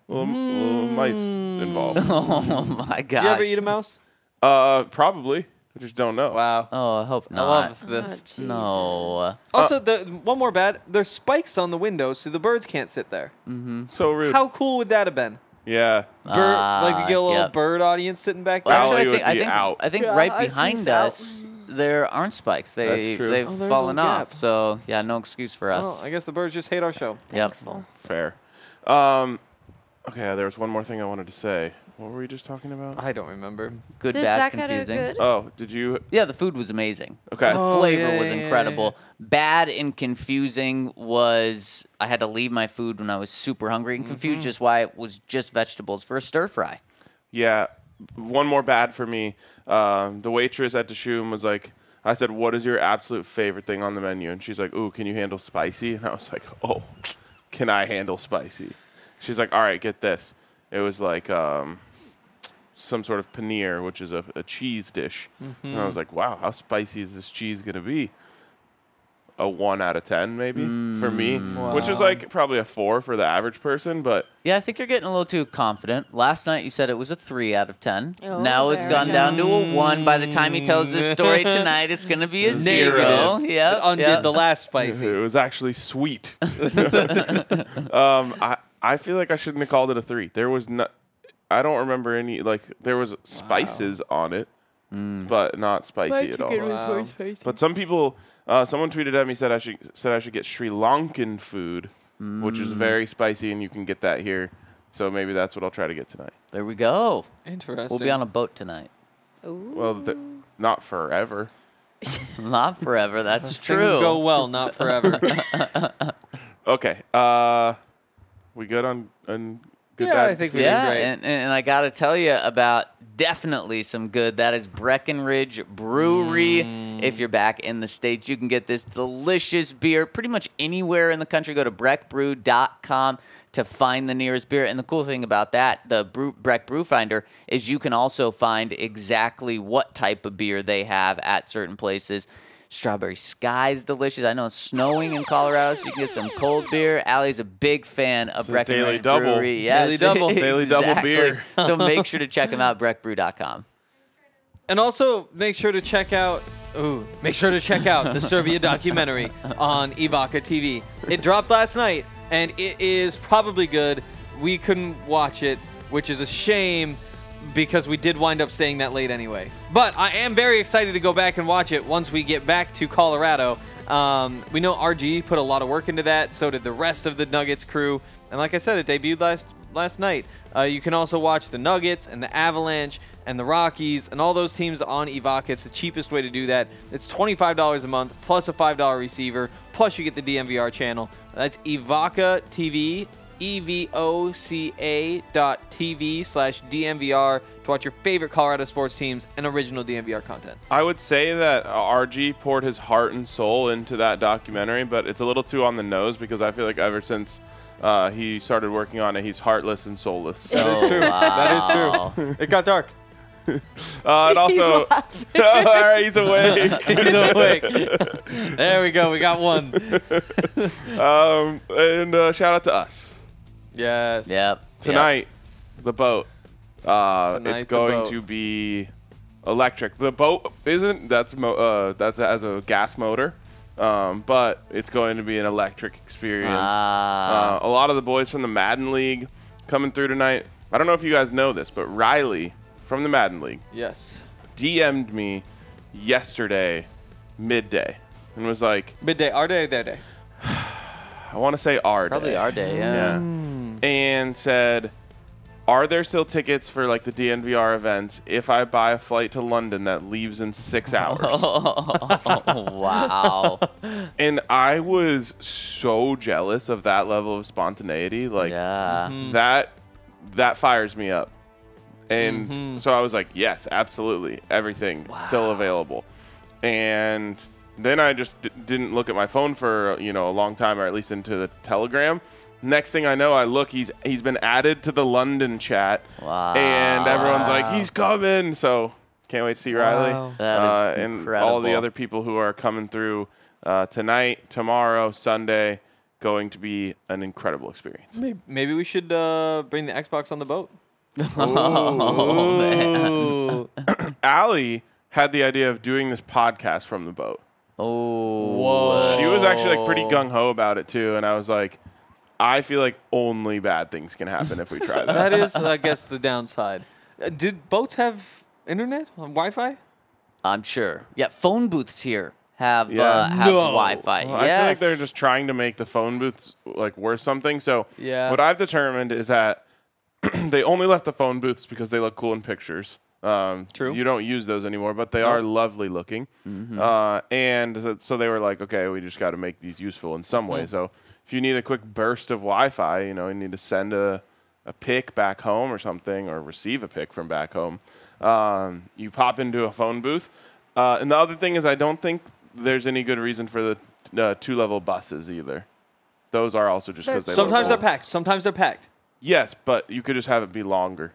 Speaker 2: little, little mice
Speaker 3: Mm.
Speaker 2: involved.
Speaker 3: oh my gosh.
Speaker 4: You ever eat a mouse?
Speaker 2: Uh, probably. I just don't know.
Speaker 4: Wow.
Speaker 3: Oh, I hope
Speaker 4: I
Speaker 3: not.
Speaker 4: love
Speaker 5: Oh,
Speaker 4: this.
Speaker 5: Jesus.
Speaker 3: no.
Speaker 4: Also, the one more bad. There's spikes on the windows, so the birds can't sit there.
Speaker 3: Hmm.
Speaker 2: So rude.
Speaker 4: How cool would that have been?
Speaker 2: Yeah.
Speaker 4: Bird, like we get a
Speaker 3: Ah,
Speaker 4: little
Speaker 3: yeah.
Speaker 4: bird audience sitting back there.
Speaker 2: Wow.
Speaker 3: Actually,
Speaker 2: Alley would
Speaker 3: I think I
Speaker 2: be
Speaker 3: think,
Speaker 2: out.
Speaker 3: I think
Speaker 5: Yeah,
Speaker 3: right
Speaker 5: I think
Speaker 3: behind
Speaker 5: so.
Speaker 3: us there aren't spikes. They
Speaker 2: That's true.
Speaker 3: they've
Speaker 4: Oh, there's a
Speaker 3: fallen
Speaker 4: gap.
Speaker 3: off. So yeah, no excuse for us.
Speaker 4: Oh, I guess the birds just hate our show.
Speaker 3: yep.
Speaker 2: Fair. Um, okay, there was one more thing I wanted to say. What were we just talking about?
Speaker 4: I don't remember.
Speaker 3: Good,
Speaker 5: Did
Speaker 3: bad,
Speaker 5: Zach had a
Speaker 3: confusing.
Speaker 5: good?
Speaker 2: Oh, did you?
Speaker 3: Yeah, the food was amazing.
Speaker 2: Okay.
Speaker 3: The
Speaker 2: Oh,
Speaker 3: flavor
Speaker 4: yeah,
Speaker 3: was
Speaker 4: yeah, yeah,
Speaker 3: incredible. Bad and confusing was I had to leave my food when I was super hungry
Speaker 2: Mm-hmm.
Speaker 3: and confused just why it was just vegetables for a stir fry.
Speaker 2: Yeah. One more bad for me. Um, the waitress at Dishoom was like, I said, what is your absolute favorite thing on the menu? And she's like, ooh, can you handle spicy? And I was like, oh, can I handle spicy? She's like, all right, get this. It was like um, some sort of paneer, which is a, a cheese dish. And I was like, wow, how spicy is this cheese going to be? A one out of 10, maybe, for me, which is
Speaker 4: Wow.
Speaker 2: like probably a four for the average person, but
Speaker 3: Yeah, I think you're getting a little too confident. Last night you said it was a three out of ten.
Speaker 5: Oh,
Speaker 3: now it's
Speaker 5: there we
Speaker 3: gone
Speaker 5: go.
Speaker 3: down to a one. By the time he tells this story tonight, it's gonna be a zero.
Speaker 4: Negative.
Speaker 3: Yeah.
Speaker 4: It undid Mm. the last spicy.
Speaker 2: It was actually sweet. um, I I feel like I shouldn't have called it a three. There was not. I don't remember any like there was spices on it, but not spicy at all.
Speaker 4: Wow.
Speaker 2: But some people, uh, someone tweeted at me said I should said I should get Sri Lankan food, which is very spicy, and you can get that here. So maybe that's what I'll try to get tonight.
Speaker 3: There we go.
Speaker 4: Interesting.
Speaker 3: We'll be on a boat tonight.
Speaker 2: Well, th- not forever.
Speaker 3: Not forever. That's
Speaker 4: Things
Speaker 3: true.
Speaker 4: go well, not forever.
Speaker 2: Okay. Uh, we good on on good
Speaker 4: yeah,
Speaker 2: bad?
Speaker 4: I think we
Speaker 3: yeah,
Speaker 4: did great.
Speaker 3: and, and I got to tell you about definitely some good. That is Breckenridge Brewery. If you're back in the States, you can get this delicious beer pretty much anywhere in the country. Go to breckbrew.com to find the nearest beer. And the cool thing about that, the brew, Breck Brew Finder, is you can also find exactly what type of beer they have at certain places. Strawberry Sky's delicious. I know it's snowing in Colorado, so you can get some cold beer. Allie's a big fan of
Speaker 2: This is Daily
Speaker 3: Breckenridge
Speaker 2: Double.
Speaker 3: Brewery.
Speaker 4: Daily
Speaker 3: Yes,
Speaker 4: Double.
Speaker 2: Daily Double
Speaker 3: exactly.
Speaker 2: beer.
Speaker 3: so make sure to check them out, breckbrew.com.
Speaker 4: And also make sure to check out ooh, make sure to check out the Serbia documentary on Ivaca TV. It dropped last night and it is probably good. We couldn't watch it, which is a shame because we did wind up staying that late anyway. But I am very excited to go back and watch it once we get back to Colorado. Um, we know RG put a lot of work into that, so did the rest of the Nuggets crew. And like I said, it debuted last last night. Uh, you can also watch the Nuggets and the Avalanche and the Rockies and all those teams on Evoc. It's the cheapest way to do that. It's $25 a month plus a $5 receiver, plus you get the DMVR channel. That's Evoca TV, E V O C A dot TV slash DMVR to watch your favorite Colorado sports teams and original DMVR content.
Speaker 2: I would say that uh, RG poured his heart and soul into that documentary, but it's a little too on the nose because I feel like ever since uh, he started working on it, he's heartless and soulless. So,
Speaker 4: That is true. That is true. It got dark.
Speaker 2: uh, and also, all right, he's awake.
Speaker 4: He's awake. there we go. We got one.
Speaker 2: um, and uh, shout out to us
Speaker 4: Yes.
Speaker 3: Yep.
Speaker 2: tonight. The boat. Uh,
Speaker 4: Tonight,
Speaker 2: it's
Speaker 4: the
Speaker 2: going
Speaker 4: boat.
Speaker 2: to be electric. The boat isn't. That's mo- uh, that's as a gas motor, um, but it's going to be an electric experience.
Speaker 3: Ah.
Speaker 2: Uh, a lot of the boys from the Madden League coming through tonight. I don't know if you guys know this, but Riley from the Madden League
Speaker 4: Yes.
Speaker 2: DM'd me yesterday midday and was like,
Speaker 4: Midday, our day, their day.
Speaker 2: I want to say our
Speaker 3: Probably
Speaker 2: day.
Speaker 3: our day. Yeah.
Speaker 2: Yeah. And said, Are there still tickets for like the DNVR events if I buy a flight to London that leaves in six hours?
Speaker 3: wow.
Speaker 2: and I was so jealous of that level of spontaneity. Like,
Speaker 3: Yeah.
Speaker 2: that that fires me up and
Speaker 3: Mm-hmm.
Speaker 2: so i was like yes absolutely everything still available and then i just d- didn't look at my phone for you know a long time or at least into the telegram next thing i know i look he's he's been added to the london chat
Speaker 3: Wow.
Speaker 2: and everyone's like he's coming so can't wait to see riley
Speaker 4: Wow.
Speaker 3: That is
Speaker 2: uh, and all the
Speaker 3: incredible.
Speaker 2: other people who are coming through uh, tonight tomorrow sunday going to be an incredible experience
Speaker 4: Maybe, maybe we should uh, bring the Xbox on the boat. Ooh.
Speaker 2: Allie had the idea of doing this podcast from the boat.
Speaker 3: Oh.
Speaker 2: She was actually like pretty gung ho about it too, and I was like, I feel like only bad things can happen if we try that.
Speaker 4: that is, I guess, the downside. Uh, did boats have internet, uh, Wi-Fi?
Speaker 3: I'm sure. Yeah. Phone booths here have uh,
Speaker 2: Yes.
Speaker 3: have Wi-Fi.
Speaker 2: Well, I
Speaker 3: yes.
Speaker 2: feel like they're just trying to make the phone booths like worth something. So
Speaker 4: Yeah.
Speaker 2: what I've determined is that they only left the phone booths because they look cool in pictures. Um,
Speaker 4: True. Mm-hmm.
Speaker 2: You don't use those anymore, but they are lovely looking. Uh, and so- so they were like, okay, we just got to make these useful in some way. So if you need a quick burst of Wi-Fi, you know, you need to send a a pic back home or something, or receive a pic from back home. Um, you pop into a phone booth. Uh, and the other thing is, I don't think there's any good reason for the uh, two-level buses either. Those are also just because they
Speaker 5: They're-
Speaker 2: look
Speaker 4: Sometimes
Speaker 2: cool.
Speaker 4: they're packed. Sometimes they're packed.
Speaker 2: Yes, but you could just have it be longer.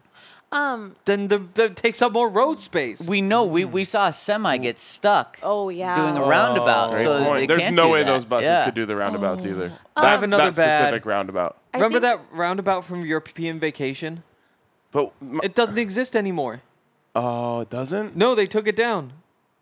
Speaker 5: Um.
Speaker 4: Then the, that takes up more road space.
Speaker 3: We know we, we saw a semi get stuck.
Speaker 5: Oh, yeah.
Speaker 3: doing a roundabout.
Speaker 2: Great
Speaker 3: so
Speaker 2: point.
Speaker 3: they
Speaker 2: There's
Speaker 3: can't
Speaker 2: no
Speaker 3: do
Speaker 2: way
Speaker 3: that.
Speaker 2: those buses
Speaker 3: Yeah.
Speaker 2: could do the roundabouts either.
Speaker 4: Oh. I have another
Speaker 2: that
Speaker 4: bad-
Speaker 2: specific roundabout.
Speaker 5: I
Speaker 4: Remember that
Speaker 5: think-
Speaker 4: roundabout from European vacation?
Speaker 2: But m-
Speaker 4: It doesn't exist anymore.
Speaker 2: oh, it doesn't.
Speaker 4: No, they took it down.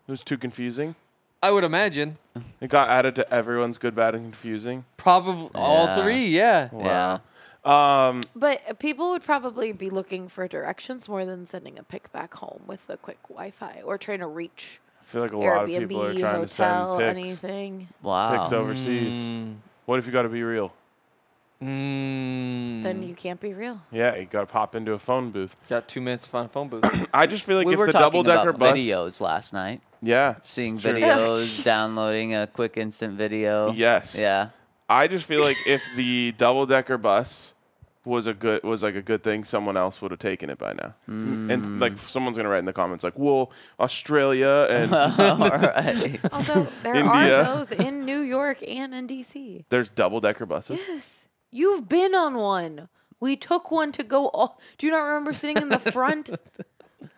Speaker 2: It was too confusing.
Speaker 4: I would imagine.
Speaker 2: It got added to everyone's good, bad, and confusing.
Speaker 4: Probably all
Speaker 3: Yeah.
Speaker 4: three, yeah.
Speaker 3: Yeah.
Speaker 2: Um,
Speaker 5: But people would probably be looking for directions more than sending a pic back home with a quick Wi-Fi or trying to reach
Speaker 2: I feel like a lot of
Speaker 5: Airbnb,
Speaker 2: people are trying
Speaker 5: hotel,
Speaker 2: to send pics,
Speaker 5: anything.
Speaker 3: Wow.
Speaker 2: pics overseas.
Speaker 3: Hmm.
Speaker 2: What if you got to be real?
Speaker 4: Mm,
Speaker 5: Then you can't be real.
Speaker 2: Yeah, you got to pop into a phone booth.
Speaker 4: got two minutes to find a phone booth.
Speaker 2: I just feel like
Speaker 3: we
Speaker 2: if
Speaker 3: were
Speaker 2: the double
Speaker 3: talking
Speaker 2: decker
Speaker 3: about
Speaker 2: bus,
Speaker 3: videos last night.
Speaker 2: yeah,
Speaker 3: Seeing
Speaker 2: it's true.
Speaker 3: videos, downloading a quick instant video.
Speaker 2: Yes.
Speaker 3: Yeah.
Speaker 2: I just feel like if the double decker bus was a good was like a good thing, someone else would have taken it by now. And
Speaker 3: Mm.
Speaker 2: like someone's gonna write in the comments like, "Well, Australia and
Speaker 3: All right.
Speaker 5: Also, there
Speaker 2: India.
Speaker 5: are those in New York and in DC.
Speaker 2: there's double decker buses."
Speaker 5: Yes. You've been on one. We took one to go all Do you not remember sitting in the front?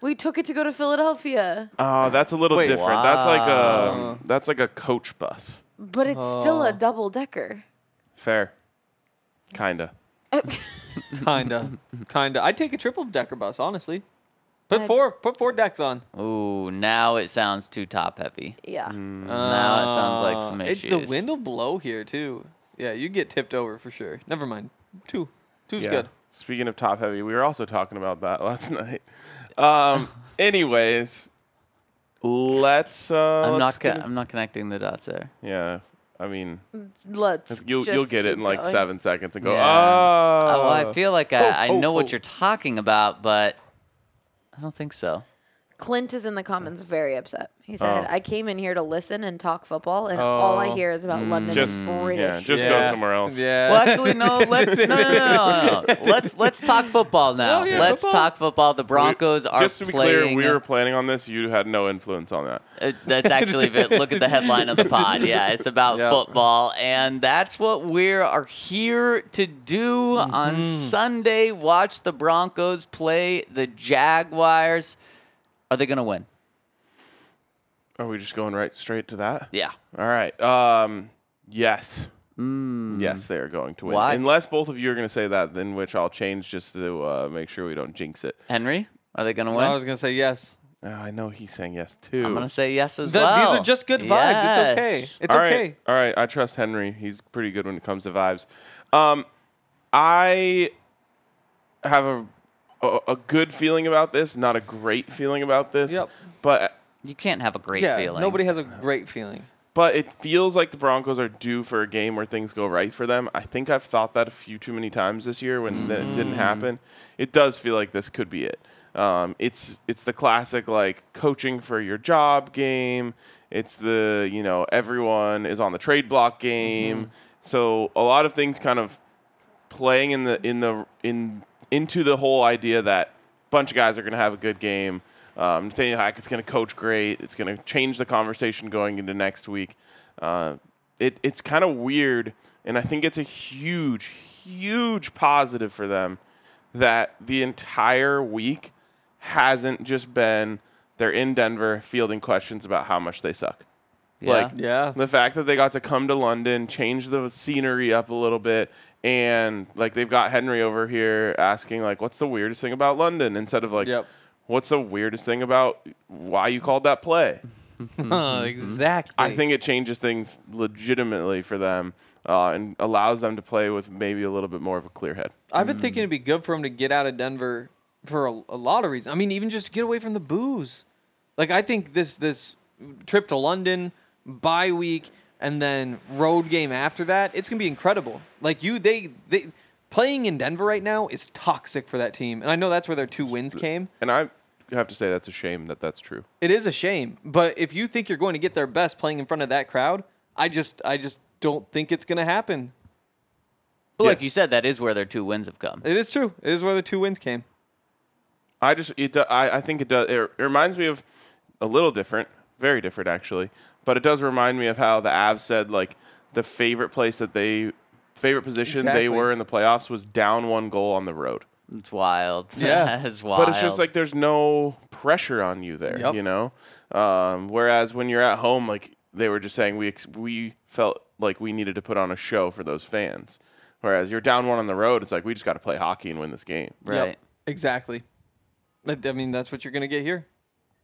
Speaker 5: we took it to go to Philadelphia.
Speaker 2: Oh, that's a little
Speaker 4: Wait.
Speaker 2: different. That's like a that's like a coach bus.
Speaker 5: But it's still a double decker.
Speaker 2: Fair, kinda.
Speaker 4: kinda. Kinda. I'd take a triple decker bus, honestly. Put
Speaker 5: I'd-
Speaker 4: four put four decks on.
Speaker 3: Ooh, now it sounds too top heavy.
Speaker 5: Yeah.
Speaker 3: now it sounds like some
Speaker 4: Uh, It-
Speaker 3: issues.
Speaker 4: the wind will blow here too. Yeah, you get tipped over for sure. Never mind. Two. Two's good.
Speaker 2: Speaking of top heavy, we were also talking about that last night. Um, anyways, let's. Uh,
Speaker 3: I'm
Speaker 2: let's
Speaker 3: not.
Speaker 2: get
Speaker 3: Co- I'm not connecting the dots there.
Speaker 2: in- yeah, I mean,
Speaker 5: Let's
Speaker 2: you'll you'll
Speaker 5: just
Speaker 2: get it
Speaker 5: keep
Speaker 2: in like
Speaker 5: going.
Speaker 2: seven seconds and go.
Speaker 3: Yeah.
Speaker 2: Oh,
Speaker 3: Oh, well, I feel like I,
Speaker 4: Uh, oh,
Speaker 3: I know
Speaker 4: oh.
Speaker 3: what you're talking about, but I don't think so.
Speaker 5: Clint is in the comments very upset. He
Speaker 2: Oh.
Speaker 5: said, I came in here to listen and talk football and all I
Speaker 4: Oh.
Speaker 5: hear is about London
Speaker 2: Mm. Just-
Speaker 5: and British.
Speaker 2: yeah, just go
Speaker 4: Yeah.
Speaker 2: somewhere else.
Speaker 4: Yeah.
Speaker 3: Well, actually, no. Let's no, no, no, no, no. Let's let's talk football now.
Speaker 4: Oh, yeah,
Speaker 3: let's
Speaker 4: football.
Speaker 3: talk football. The Broncos are
Speaker 2: just to be clear,
Speaker 3: playing.
Speaker 2: we were planning on this. You had no influence on that.
Speaker 3: uh, that's actually if it- look at the headline of the pod. Yeah, it's about
Speaker 4: Yeah.
Speaker 3: football, and that's what we are here to do
Speaker 4: Mm-hmm.
Speaker 3: on Sunday. Watch the Broncos play the Jaguars. Are they going to win?
Speaker 2: Are we just going right straight to that?
Speaker 3: Yeah.
Speaker 2: All right. Um, yes. Yes, they are going to win.
Speaker 3: Why?
Speaker 2: Unless both of you are going to say that, then which I'll change just to uh, make sure we don't jinx it.
Speaker 3: Henry, are they going to win?
Speaker 4: I was gonna say yes.
Speaker 2: Uh, I know he's saying yes too.
Speaker 3: I'm going to say yes as
Speaker 4: Th-
Speaker 3: well.
Speaker 4: These are just good vibes. It's okay.
Speaker 3: Yes.
Speaker 4: It's
Speaker 2: All right,
Speaker 4: okay.
Speaker 2: All right. I trust Henry. He's pretty good when it comes to vibes. Um, I have a, a a good feeling about this, not a great feeling about this.
Speaker 4: Yep.
Speaker 2: But
Speaker 3: You can't have a great
Speaker 4: Yeah.
Speaker 3: feeling.
Speaker 4: Nobody has a great feeling.
Speaker 2: but it feels like the Broncos are due for a game where things go right for them. I think I've thought that a few too many times this year when that it didn't happen. It does feel like this could be it. Um, it's it's the classic like coaching for your job game. It's the you know everyone is on the trade block game. So a lot of things kind of playing in the in the in into the whole idea that a bunch of guys are going to have a good game. Um, Nathaniel Hackett's going to coach great. It's going to change the conversation going into next week. Uh, it, it's kind of weird, and I think it's a huge, huge positive for them that the entire week hasn't just been they're in Denver fielding questions about how much they suck.
Speaker 3: Yeah.
Speaker 2: Like
Speaker 4: Yeah.
Speaker 2: the fact that they got to come to London, change the scenery up a little bit, and like they've got Henry over here asking like, "What's the weirdest thing about London?" Instead of like,
Speaker 4: Yep.
Speaker 2: "What's the weirdest thing about why you called that play?"
Speaker 4: Uh, exactly.
Speaker 2: Hmm. I think it changes things legitimately for them uh, and allows them to play with maybe a little bit more of a clear head.
Speaker 4: I've been
Speaker 3: Hmm.
Speaker 4: thinking it'd be good for him to get out of Denver for a, a lot of reasons. I mean, even just get away from the booze. Like I think this this trip to London, bye week, and then road game after that, it's gonna be incredible. Like you, they they playing in Denver right now is toxic for that team, and I know that's where their two wins came.
Speaker 2: And I have to say that's a shame that that's true.
Speaker 4: It is a shame, but if you think you're going to get their best playing in front of that crowd, I just I just don't think it's going to happen.
Speaker 3: But like you said, that is where their two wins have come.
Speaker 4: It is true. It is where the two wins came.
Speaker 2: I just it, do- I I think it does. It, it reminds me of a little different, very different actually. But it does remind me of how the Avs said like the favorite place that they favorite position
Speaker 4: Exactly.
Speaker 2: they were in the playoffs was down one goal on the road.
Speaker 3: It's wild.
Speaker 4: Yeah.
Speaker 3: it's wild.
Speaker 2: But it's just like there's no pressure on you there,
Speaker 4: Yep.
Speaker 2: you know. Um, whereas when you're at home, like they were just saying, we ex- we felt like we needed to put on a show for those fans. Whereas you're down one on the road, it's like we just got to play hockey and win this game.
Speaker 3: right.
Speaker 4: Exactly. I I mean, that's what you're going to get here.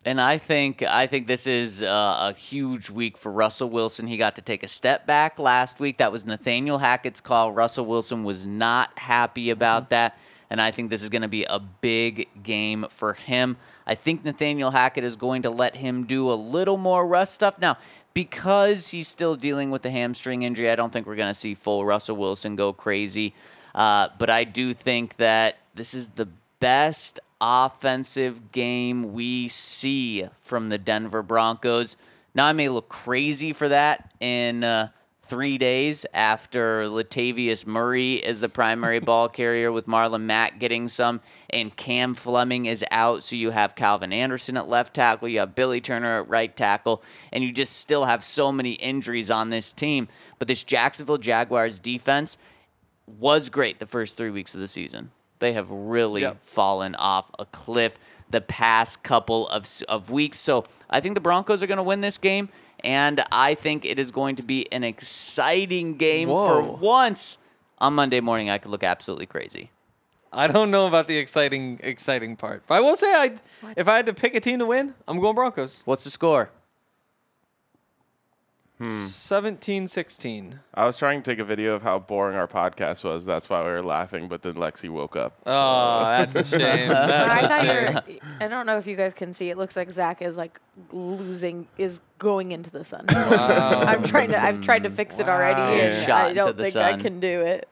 Speaker 3: And I think I think this is uh, a huge week for Russell Wilson. He got to take a step back last week. That was Nathaniel Hackett's call. Russell Wilson was not happy about that, and I think this is going to be a big game for him. I think Nathaniel Hackett is going to let him do a little more Russ stuff now because he's still dealing with the hamstring injury. I don't think we're going to see full Russell Wilson go crazy, uh, but I do think that this is the best offensive game we see from the Denver Broncos. Now I may look crazy for that in uh, three days after Latavius Murray is the primary ball carrier with Marlon Mack getting some, and Cam Fleming is out. So you have Calvin Anderson at left tackle, you have Billy Turner at right tackle, and you just still have so many injuries on this team. But this Jacksonville Jaguars defense was great the first three weeks of the season. They have really
Speaker 4: Yep.
Speaker 3: fallen off a cliff the past couple of s- of weeks. So I think the Broncos are going to win this game, and I think it is going to be an exciting game for
Speaker 4: Whoa.
Speaker 3: once. On Monday morning, I could look absolutely crazy.
Speaker 4: I don't know about the exciting exciting part. But I will say I if I had to pick a team to win, I'm going Broncos.
Speaker 3: What's the score?
Speaker 4: 17-16.
Speaker 2: I was trying to take a video of how boring our podcast was. That's why we were laughing. But then Lexi woke up.
Speaker 4: Oh, that's a shame.
Speaker 5: I
Speaker 4: That's a
Speaker 5: thought you
Speaker 4: shame.
Speaker 5: were, I don't know if you guys can see. It looks like Zach is like losing, is going into the sun. I'm trying to. I've tried to fix it already, and
Speaker 3: Shot
Speaker 5: I
Speaker 3: into
Speaker 5: don't
Speaker 3: the
Speaker 5: think I
Speaker 3: sun.
Speaker 5: can do it.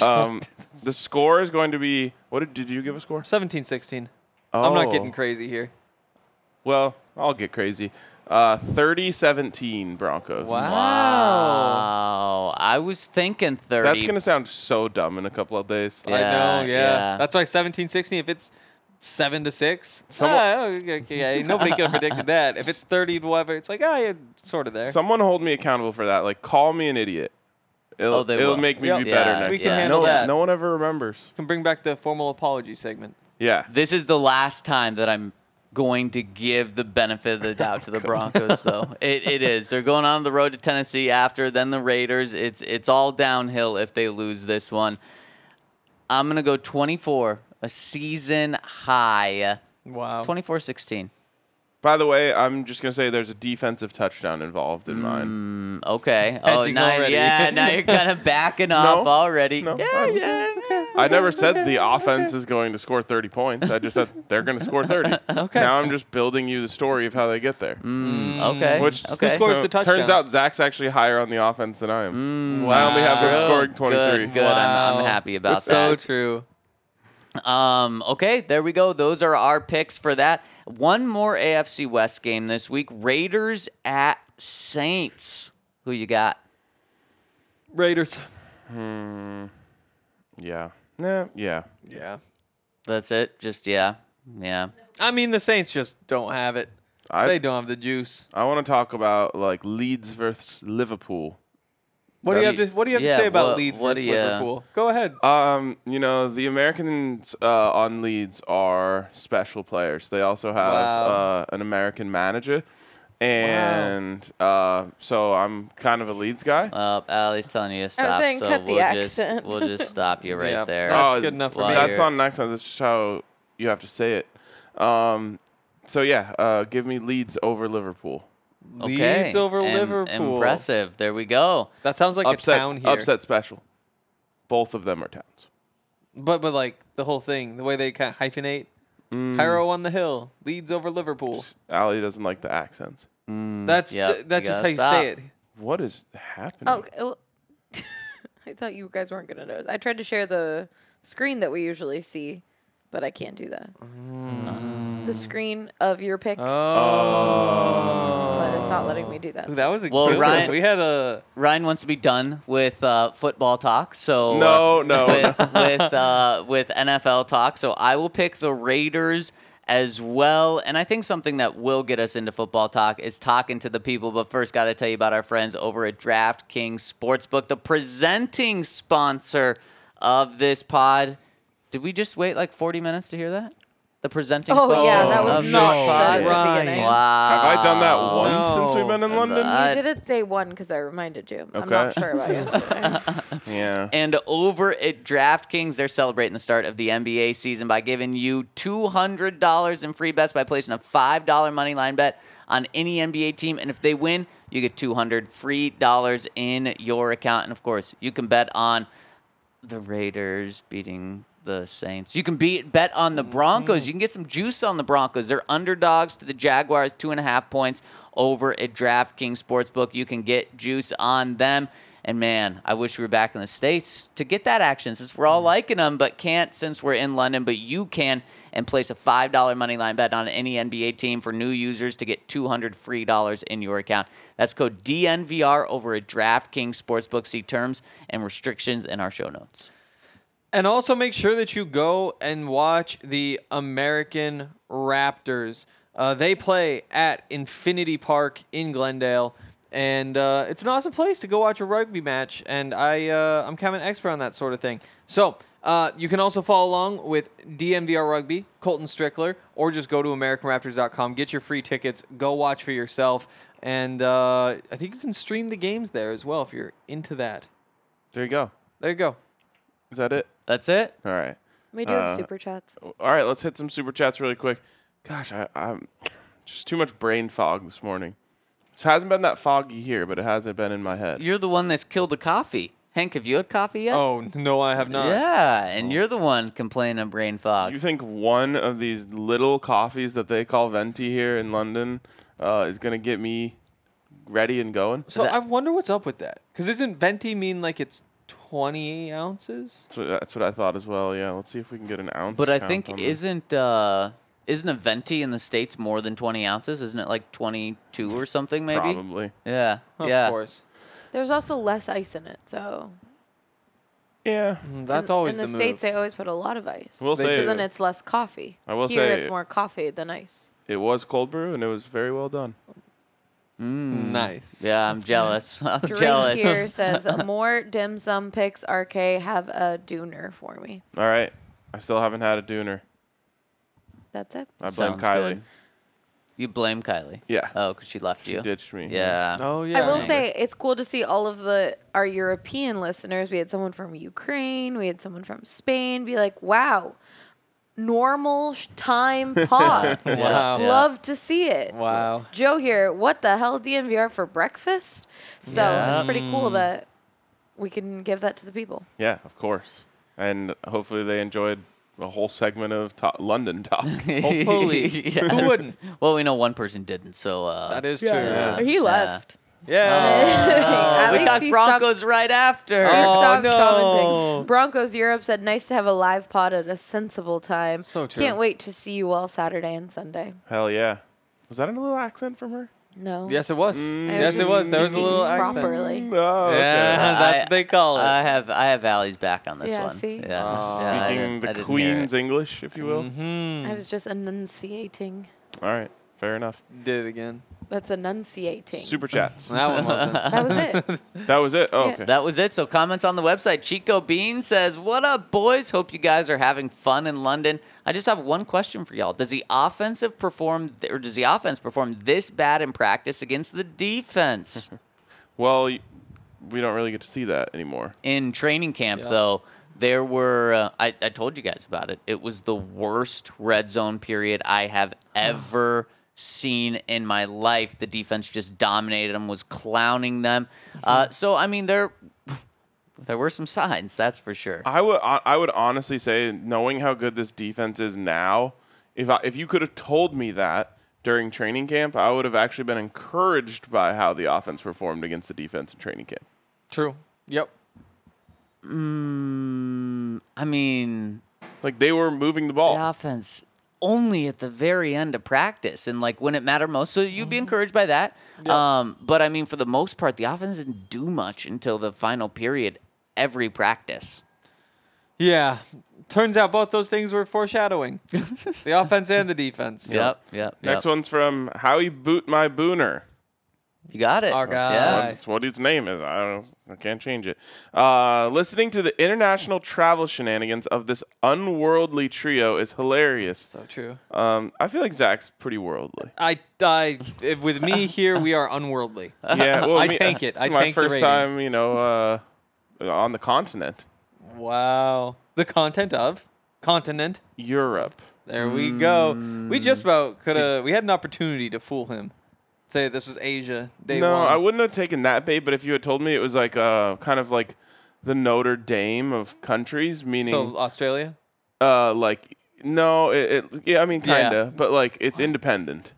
Speaker 2: Um, the score is going to be. What did, did you give a score?
Speaker 4: 17-16. I'm
Speaker 2: Oh.
Speaker 4: not getting crazy here.
Speaker 2: Well, I'll get crazy. Uh, 30-17 Broncos.
Speaker 3: Wow. Oh, I was thinking 30.
Speaker 2: That's gonna sound so dumb in a couple of days.
Speaker 4: I know, yeah.
Speaker 3: yeah.
Speaker 4: That's why 17-16 if it's 7 to 6.
Speaker 2: Someone-
Speaker 4: ah, okay, okay, nobody could have predicted that. If it's 30 to whatever, it's like, ah, yeah, sort of there.
Speaker 2: Someone hold me accountable for that. Like, call me an idiot. It'll,
Speaker 3: Oh, they
Speaker 2: it'll
Speaker 3: will.
Speaker 2: make me
Speaker 4: Yep.
Speaker 2: be
Speaker 3: Yeah,
Speaker 2: better next
Speaker 3: we can
Speaker 2: time.
Speaker 4: handle
Speaker 2: no,
Speaker 4: that.
Speaker 2: no one ever remembers.
Speaker 4: can bring back the formal apology segment.
Speaker 2: Yeah.
Speaker 3: This is the last time that I'm going to give the benefit of the doubt to the Broncos, though. It, it is. They're going on the road to Tennessee after, then the Raiders. It's it's all downhill if they lose this one. I'm gonna go 24, a season high,
Speaker 4: Wow.
Speaker 3: 24-16.
Speaker 2: By the way, I'm just gonna say there's a defensive touchdown involved in mine.
Speaker 3: Okay. Oh,
Speaker 4: Hedging
Speaker 3: now,
Speaker 4: already.
Speaker 3: yeah. Now you're kind of backing off already.
Speaker 2: No.
Speaker 3: Yeah,
Speaker 4: Oh,
Speaker 2: I'm-
Speaker 3: yeah.
Speaker 2: I never said the offense is going to score 30 points. I just said they're going to score 30. Okay. Now I'm just building you the story of how they get there.
Speaker 3: Okay.
Speaker 2: Mm. Which
Speaker 3: Mm, okay.
Speaker 4: scored- scores the
Speaker 2: Turns
Speaker 4: touchdown?
Speaker 2: out Zach's actually higher on the offense than I am. I only have him
Speaker 3: True.
Speaker 2: scoring 23.
Speaker 3: Mm, Good. good. I'm, I'm happy about
Speaker 4: So
Speaker 3: that.
Speaker 4: true.
Speaker 3: Um, okay, there we go. Those are our picks for that. One more AFC West game this week. Raiders at Saints. Who you got?
Speaker 4: Raiders.
Speaker 2: Yeah. Nah, yeah.
Speaker 4: Yeah.
Speaker 3: That's it. Just yeah. Yeah.
Speaker 4: I mean, the Saints just don't have it.
Speaker 2: I-
Speaker 4: they don't have the juice.
Speaker 2: I want to talk about like Leeds versus Liverpool.
Speaker 4: What do you have to
Speaker 2: That's-
Speaker 4: What do you have
Speaker 3: yeah,
Speaker 4: to say about
Speaker 3: what-
Speaker 4: Leeds
Speaker 3: what do
Speaker 4: versus
Speaker 3: you-
Speaker 4: Liverpool? Go ahead.
Speaker 2: Um, you know, the Americans uh, on Leeds are special players. They also have
Speaker 4: Wow.
Speaker 2: uh, an American manager. And uh, so I'm kind of a Leeds guy.
Speaker 3: Uh, Ali's telling you to stop.
Speaker 5: saying
Speaker 3: so
Speaker 5: cut the
Speaker 3: we'll
Speaker 5: accent.
Speaker 3: just we'll just stop you right
Speaker 4: Yeah.
Speaker 3: there.
Speaker 4: Oh, that's good enough for
Speaker 3: Well,
Speaker 4: me.
Speaker 2: That's
Speaker 3: you're-
Speaker 2: on next time. That's just how you have to say it. Um, so yeah, uh, give me Leeds over Liverpool.
Speaker 3: okay.
Speaker 4: Leeds over
Speaker 3: Im-
Speaker 4: Liverpool.
Speaker 3: Impressive. There we go.
Speaker 4: That sounds like a town
Speaker 2: upset,
Speaker 4: here.
Speaker 2: upset special. Both of them are towns.
Speaker 4: But but like the whole thing, the way they kind of hyphenate. Harrow on the hill, Leeds over Liverpool.
Speaker 2: Ali doesn't like the accents.
Speaker 4: that's
Speaker 3: yep, you
Speaker 4: that's just
Speaker 3: gotta
Speaker 4: how you
Speaker 3: stop.
Speaker 4: say it.
Speaker 2: What is happening?
Speaker 5: Oh, I thought you guys weren't gonna notice. I tried to share the screen that we usually see, but I can't do that.
Speaker 3: Mm.
Speaker 5: The screen of your pics,
Speaker 3: Oh.
Speaker 5: but it's not letting me do that.
Speaker 4: That was a
Speaker 3: Well,
Speaker 4: good
Speaker 3: Ryan-
Speaker 4: one. We had a
Speaker 3: Ryan wants to be done with uh, football talk, so uh,
Speaker 2: No, no.
Speaker 3: with with, uh, with NFL talk. So I will pick the Raiders as well, and I think something that will get us into football talk is talking to the people. But first, got to tell you about our friends over at DraftKings Sportsbook, the presenting sponsor of this pod. Did we just wait like forty minutes to hear that? The presenting.
Speaker 5: oh
Speaker 3: sponsor
Speaker 5: yeah, that
Speaker 3: of
Speaker 5: was
Speaker 3: this
Speaker 5: not
Speaker 3: pod?
Speaker 5: said at the
Speaker 4: Ryan.
Speaker 5: beginning.
Speaker 3: Wow.
Speaker 2: Have I done that
Speaker 4: Oh.
Speaker 2: once since we've been in London?
Speaker 3: Uh,
Speaker 5: I did it day one because I reminded you. I'm
Speaker 2: Okay.
Speaker 5: not sure about yesterday.
Speaker 2: yeah.
Speaker 3: And over at DraftKings, they're celebrating the start of the NBA season by giving you $200 in free bets by placing a $5 money line bet on any NBA team. And if they win, you get 200 free dollars in your account. And of course, you can bet on the Raiders beating the Saints. You can beat bet on the Broncos. You can get some juice on the Broncos. They're underdogs to the Jaguars, two and a half points over at DraftKings Sportsbook. You can get juice on them. And man, I wish we were back in the States to get that action since we're all liking them, but can't since we're in London. But you can and place a $5 money line bet on any NBA team for new users to get 200 free dollars in your account. That's code DNVR over at DraftKings Sportsbook. See terms and restrictions in our show notes.
Speaker 4: And also make sure that you go and watch the American Raptors. Uh, they play at Infinity Park in Glendale, and uh, it's an awesome place to go watch a rugby match. And I, uh, I'm kind of an expert on that sort of thing. So uh, you can also follow along with DNVR Rugby, Colton Strickler, or just go to AmericanRaptors.com, get your free tickets, go watch for yourself. And uh, I think you can stream the games there as well if you're into that.
Speaker 2: There you go.
Speaker 4: There you go.
Speaker 2: Is that it?
Speaker 3: That's it.
Speaker 2: All right.
Speaker 5: we do have super chats.
Speaker 2: All right, let's hit some super chats really quick. Gosh, I, I'm just too much brain fog this morning. This hasn't been that foggy here, but it hasn't been in my head.
Speaker 3: You're the one that's killed the coffee. Hank, have you had coffee yet?
Speaker 4: Oh, no, Oh. I have not.
Speaker 3: yeah. And you're the one complaining of brain fog.
Speaker 2: You think one of these little coffees that they call venti here in London uh, is gonna get me ready and going?
Speaker 4: So I wonder what's up with that. Because isn't venti mean like it's 20 ounces?
Speaker 2: That's what, that's what I thought as well. Yeah, let's see if we can get an ounce.
Speaker 3: but I
Speaker 2: count on
Speaker 3: think
Speaker 2: this.
Speaker 3: isn't uh isn't a venti in the states more than 20 ounces? Isn't it like 22 or something maybe?
Speaker 2: probably.
Speaker 3: Yeah.
Speaker 4: Of
Speaker 3: yeah.
Speaker 4: course.
Speaker 5: There's also less ice in it, so
Speaker 2: Yeah,
Speaker 4: Mm, That's
Speaker 5: in,
Speaker 4: always
Speaker 5: in the,
Speaker 4: the,
Speaker 5: states
Speaker 4: move.
Speaker 5: they always put a lot of ice.
Speaker 2: We'll
Speaker 5: so
Speaker 2: say-
Speaker 5: then it's less coffee.
Speaker 2: I will
Speaker 5: Here
Speaker 2: say-
Speaker 5: it's more coffee than ice.
Speaker 2: it was cold brew and it was very well done.
Speaker 4: nice.
Speaker 3: Yeah, I'm jealous. I'm
Speaker 5: Dream
Speaker 3: jealous.
Speaker 5: here says more dim sum picks. RK have a dooner for me.
Speaker 2: All right, I still haven't had a dooner.
Speaker 5: That's it.
Speaker 2: I blame
Speaker 3: Sounds
Speaker 2: Kylie.
Speaker 3: good. You blame Kylie.
Speaker 2: Yeah.
Speaker 3: Oh, because she left you.
Speaker 2: She ditched me.
Speaker 3: Yeah.
Speaker 4: Oh, yeah.
Speaker 5: I will say it's cool to see all of the our European listeners. We had someone from Ukraine. We had someone from Spain. Be like, wow, normal sh- time pod.
Speaker 4: Wow.
Speaker 3: Yeah.
Speaker 5: Love to see it.
Speaker 4: Wow.
Speaker 5: Joe here. What the hell DNVR for breakfast? So
Speaker 3: Yeah.
Speaker 5: it's pretty cool that we can give that to the people.
Speaker 2: Yeah, of course. And hopefully they enjoyed a whole segment of to- London talk.
Speaker 4: Hopefully.
Speaker 3: Yes.
Speaker 4: Who wouldn't?
Speaker 3: Well, we know one person didn't, so uh,
Speaker 4: That is
Speaker 5: Yeah.
Speaker 4: true.
Speaker 5: He left.
Speaker 4: Yeah.
Speaker 5: At
Speaker 3: we
Speaker 5: least
Speaker 3: talked
Speaker 5: he
Speaker 3: Broncos
Speaker 5: stopped-
Speaker 3: right after.
Speaker 5: he stopped
Speaker 4: Oh. no.
Speaker 5: commenting. Broncos Europe said, "Nice to have a live pod at a sensible time.
Speaker 4: So true.
Speaker 5: Can't wait to see you all Saturday and Sunday."
Speaker 2: Hell yeah. Was that a little accent from her?
Speaker 5: No.
Speaker 4: Yes, it was.
Speaker 5: I
Speaker 4: yes, it
Speaker 5: just
Speaker 4: was. There was a
Speaker 5: speaking
Speaker 4: little accent.
Speaker 5: Properly.
Speaker 2: No. Oh, okay.
Speaker 4: Yeah, that's
Speaker 3: I-
Speaker 4: what they
Speaker 2: Oh.
Speaker 4: call it.
Speaker 3: I have I have Allie's back on this
Speaker 5: Yeah,
Speaker 3: one.
Speaker 5: see?
Speaker 3: Yeah, yeah, I
Speaker 2: Speaking
Speaker 3: didn't- I
Speaker 2: the
Speaker 3: didn't hear
Speaker 2: Queen's
Speaker 3: it.
Speaker 2: English, if you will.
Speaker 4: Mm-hmm.
Speaker 5: I was just enunciating.
Speaker 2: All right. Fair enough.
Speaker 4: Did it again.
Speaker 5: That's enunciating.
Speaker 2: Super chats.
Speaker 4: That one wasn't.
Speaker 5: That was it.
Speaker 2: that was it. Oh,
Speaker 5: Yeah.
Speaker 2: okay.
Speaker 3: That was it. So comments on the website. Chico Bean says, "What up, boys? Hope you guys are having fun in London. I just have one question for y'all. Does the offensive perform, or does the offense perform this bad in practice against the defense?"
Speaker 2: well, y- we don't really get to see that anymore.
Speaker 3: in training camp though there were uh, I, I told you guys about it it was the worst red zone period i have ever seen in my life the defense just dominated them was clowning them uh, so i mean there there were some signs that's for sure
Speaker 2: I would I I would honestly say, knowing how good this defense is now, if I, if you could have told me that during training camp, I would have actually been encouraged by how the offense performed against the defense in training camp.
Speaker 4: True. Yep.
Speaker 3: Mm, I mean,
Speaker 2: Like they were moving the ball.
Speaker 3: the offense only at the very end of practice and like when it mattered most. So you'd be
Speaker 2: Mm-hmm.
Speaker 3: encouraged by that. Um, but I mean, for the most part, the offense didn't do much until the final period every practice.
Speaker 4: Yeah. Turns out both those things were foreshadowing the offense and the defense.
Speaker 3: Yep, yep.
Speaker 2: Next one's from Howie Boot My Booner.
Speaker 3: You got it.
Speaker 4: Our guy.
Speaker 3: Yeah.
Speaker 2: That's what his name is. I don't. I can't change it. Uh, listening to the international travel shenanigans of this unworldly trio is hilarious.
Speaker 4: So true.
Speaker 2: Um, I feel like Zach's pretty worldly.
Speaker 4: I, I, if- with me here, we are unworldly.
Speaker 2: Yeah, well,
Speaker 4: I
Speaker 2: me-
Speaker 4: tank it.
Speaker 2: This
Speaker 4: I
Speaker 2: is my
Speaker 4: tank the
Speaker 2: first
Speaker 4: rating.
Speaker 2: time, you know, uh, on the continent,
Speaker 4: Wow. The content of continent.
Speaker 2: Europe.
Speaker 4: There we go. We just about could have. We had an opportunity to fool him. Say this was Asia day
Speaker 2: no,
Speaker 4: one.
Speaker 2: I wouldn't have taken that bait. But if you had told me it was like uh, kind of like the Notre Dame of countries, meaning
Speaker 4: So Australia.
Speaker 2: uh, like no, it, it yeah, I mean
Speaker 4: Yeah.
Speaker 2: kinda, but like it's independent,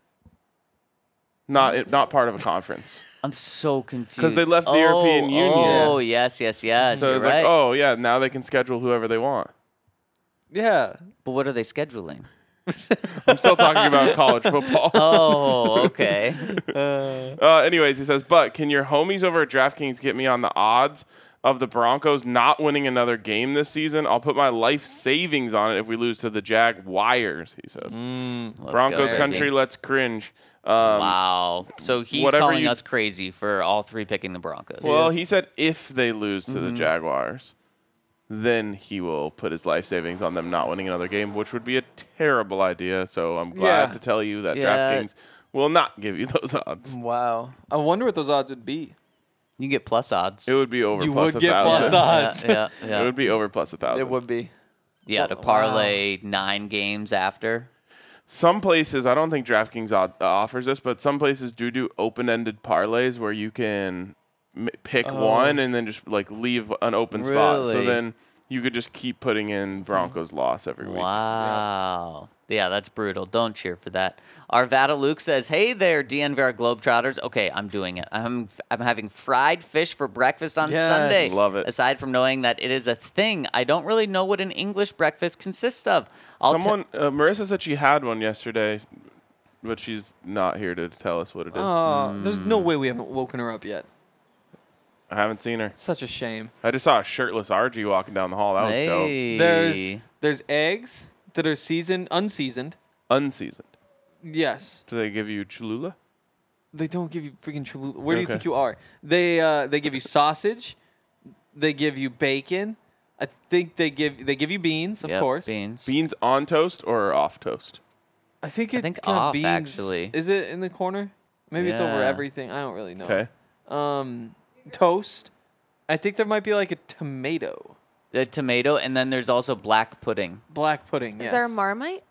Speaker 2: not it, not part of a conference.
Speaker 3: I'm so confused.
Speaker 2: 'Cause they left the
Speaker 3: Oh,
Speaker 2: European Union.
Speaker 3: Oh, yes, yes, yes.
Speaker 2: So
Speaker 3: you're
Speaker 2: it's
Speaker 3: right.
Speaker 2: like, oh yeah, now they can schedule whoever they want.
Speaker 4: Yeah.
Speaker 3: But what are they scheduling?
Speaker 2: I'm still talking about college football.
Speaker 3: Oh, okay.
Speaker 2: Uh, anyways, he says, but can your homies over at DraftKings get me on the odds of the Broncos not winning another game this season? I'll put my life savings on it if we lose to the Jag Wires. He says,
Speaker 4: Mm,
Speaker 3: Let's
Speaker 2: Broncos
Speaker 3: go,
Speaker 2: country,
Speaker 3: baby.
Speaker 2: let's cringe. Um,
Speaker 3: Wow. So he's
Speaker 2: Whatever
Speaker 3: calling
Speaker 2: you-
Speaker 3: us crazy for all three picking the Broncos.
Speaker 2: Well, he said if they lose to
Speaker 4: Mm-hmm.
Speaker 2: the Jaguars, then he will put his life savings on them not winning another game, which would be a terrible idea. So I'm glad
Speaker 4: Yeah.
Speaker 2: to tell you that
Speaker 3: Yeah.
Speaker 2: DraftKings will not give you those odds.
Speaker 4: Wow. I wonder what those odds would be.
Speaker 3: you get plus odds.
Speaker 2: It would be over
Speaker 4: You
Speaker 2: plus
Speaker 4: would
Speaker 2: a
Speaker 4: get
Speaker 2: thousand.
Speaker 4: plus odds.
Speaker 3: Yeah, yeah, yeah.
Speaker 2: It would be over plus a thousand.
Speaker 4: It would be.
Speaker 3: yeah, to parlay nine games after.
Speaker 2: Some places, I don't think DraftKings od- offers this, but some places do do open-ended parlays where you can m- pick
Speaker 4: Oh.
Speaker 2: one and then just like leave an open spot. So
Speaker 3: Really?
Speaker 2: then you could just keep putting in Broncos loss every week.
Speaker 3: Wow. Yeah, that's brutal. Don't cheer for that. Arvada Luke says, "Hey there, DNVR Globetrotters. Okay, I'm doing it. I'm I'm having fried fish for breakfast on
Speaker 4: Yes.
Speaker 3: Sunday.
Speaker 2: Love it.
Speaker 3: Aside from knowing that it is a thing, I don't really know what an English breakfast consists of. I'll t-
Speaker 2: Someone, uh, Marissa said she had one yesterday, but she's not here to tell us what it is.
Speaker 4: Oh, there's no
Speaker 2: mm.
Speaker 4: way we haven't woken her up yet.
Speaker 2: I haven't seen her.
Speaker 4: Such a shame.
Speaker 2: I just saw a shirtless RG walking down the hall. That was
Speaker 3: Hey.
Speaker 4: There's there's eggs that are seasoned, unseasoned.
Speaker 2: dope. Unseasoned.
Speaker 4: Yes.
Speaker 2: Do they give you Cholula?
Speaker 4: They don't give you freaking Cholula. Where do you
Speaker 2: Okay.
Speaker 4: think you are? They uh, they give you sausage. They give you bacon. I think they give they give you beans, of
Speaker 3: Yep,
Speaker 4: course.
Speaker 3: beans.
Speaker 2: Beans on toast or off toast?
Speaker 4: I think it's
Speaker 3: think
Speaker 4: kinda
Speaker 3: off,
Speaker 4: beans.
Speaker 3: actually.
Speaker 4: Is it in the corner? Maybe it's over
Speaker 3: Yeah.
Speaker 4: everything. I don't really know.
Speaker 2: Okay.
Speaker 4: Um, toast. I think there might be like a tomato,
Speaker 3: the tomato, and then there's also black pudding.
Speaker 4: black pudding.
Speaker 5: Is there a
Speaker 4: yes.
Speaker 5: Marmite?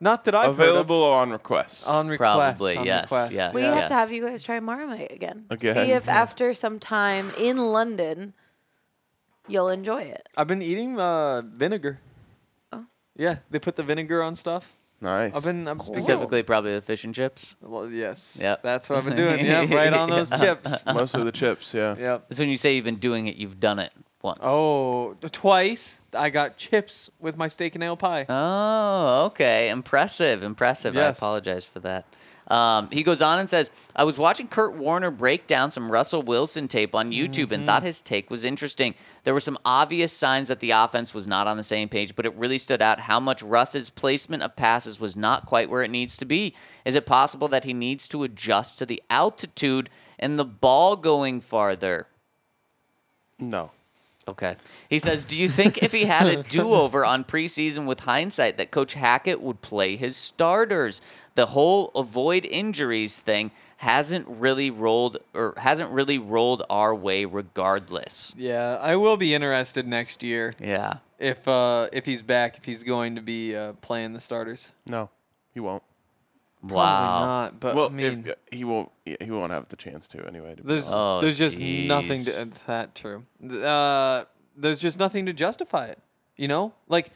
Speaker 4: Not that I've Um,
Speaker 2: Available on request.
Speaker 4: heard of. on request.
Speaker 3: Probably,
Speaker 4: on
Speaker 3: yes,
Speaker 4: request.
Speaker 2: Uh,
Speaker 3: yes.
Speaker 5: We
Speaker 3: Yeah.
Speaker 4: yes.
Speaker 5: have to have you guys try Marmite again.
Speaker 2: Again.
Speaker 5: See if after some time in London, you'll enjoy it.
Speaker 4: I've been eating uh, vinegar.
Speaker 5: Oh.
Speaker 4: Yeah, they put the vinegar on stuff.
Speaker 2: nice.
Speaker 4: I've been I'm
Speaker 3: Specifically, probably the fish and chips.
Speaker 4: Well, yes.
Speaker 3: Yep.
Speaker 4: That's what I've been doing. Yeah, right on those chips.
Speaker 2: Most of the chips, yeah.
Speaker 4: Yep.
Speaker 3: That's when you say you've been doing it. You've done it once.
Speaker 4: Oh, t- twice I got chips with my steak and ale pie.
Speaker 3: Oh, okay. Impressive. Impressive.
Speaker 4: Yes.
Speaker 3: I apologize for that. Um, he goes on and says, I was watching Kurt Warner break down some Russell Wilson tape on YouTube and
Speaker 4: Mm-hmm.
Speaker 3: thought his take was interesting. There were some obvious signs that the offense was not on the same page, but it really stood out how much Russ's placement of passes was not quite where it needs to be. Is it possible that he needs to adjust to the altitude and the ball going farther?
Speaker 2: No.
Speaker 3: Okay. He says, Do you think if he had a do over on preseason with hindsight that Coach Hackett would play his starters? The whole avoid injuries thing hasn't really rolled or hasn't really rolled our way regardless.
Speaker 4: Yeah, I will be interested next year
Speaker 3: Yeah.
Speaker 4: if uh, if he's back, if he's going to be uh, playing the starters.
Speaker 2: No. He won't.
Speaker 4: Probably
Speaker 3: Wow.
Speaker 4: not, but
Speaker 2: Well,
Speaker 4: I mean,
Speaker 2: if, uh, he won't yeah, he won't have the chance to anyway. To be
Speaker 4: there's
Speaker 2: honest.
Speaker 3: Oh,
Speaker 4: there's just nothing
Speaker 3: jeez.
Speaker 4: to uh, that true. Uh, there's just nothing to justify it. You know, like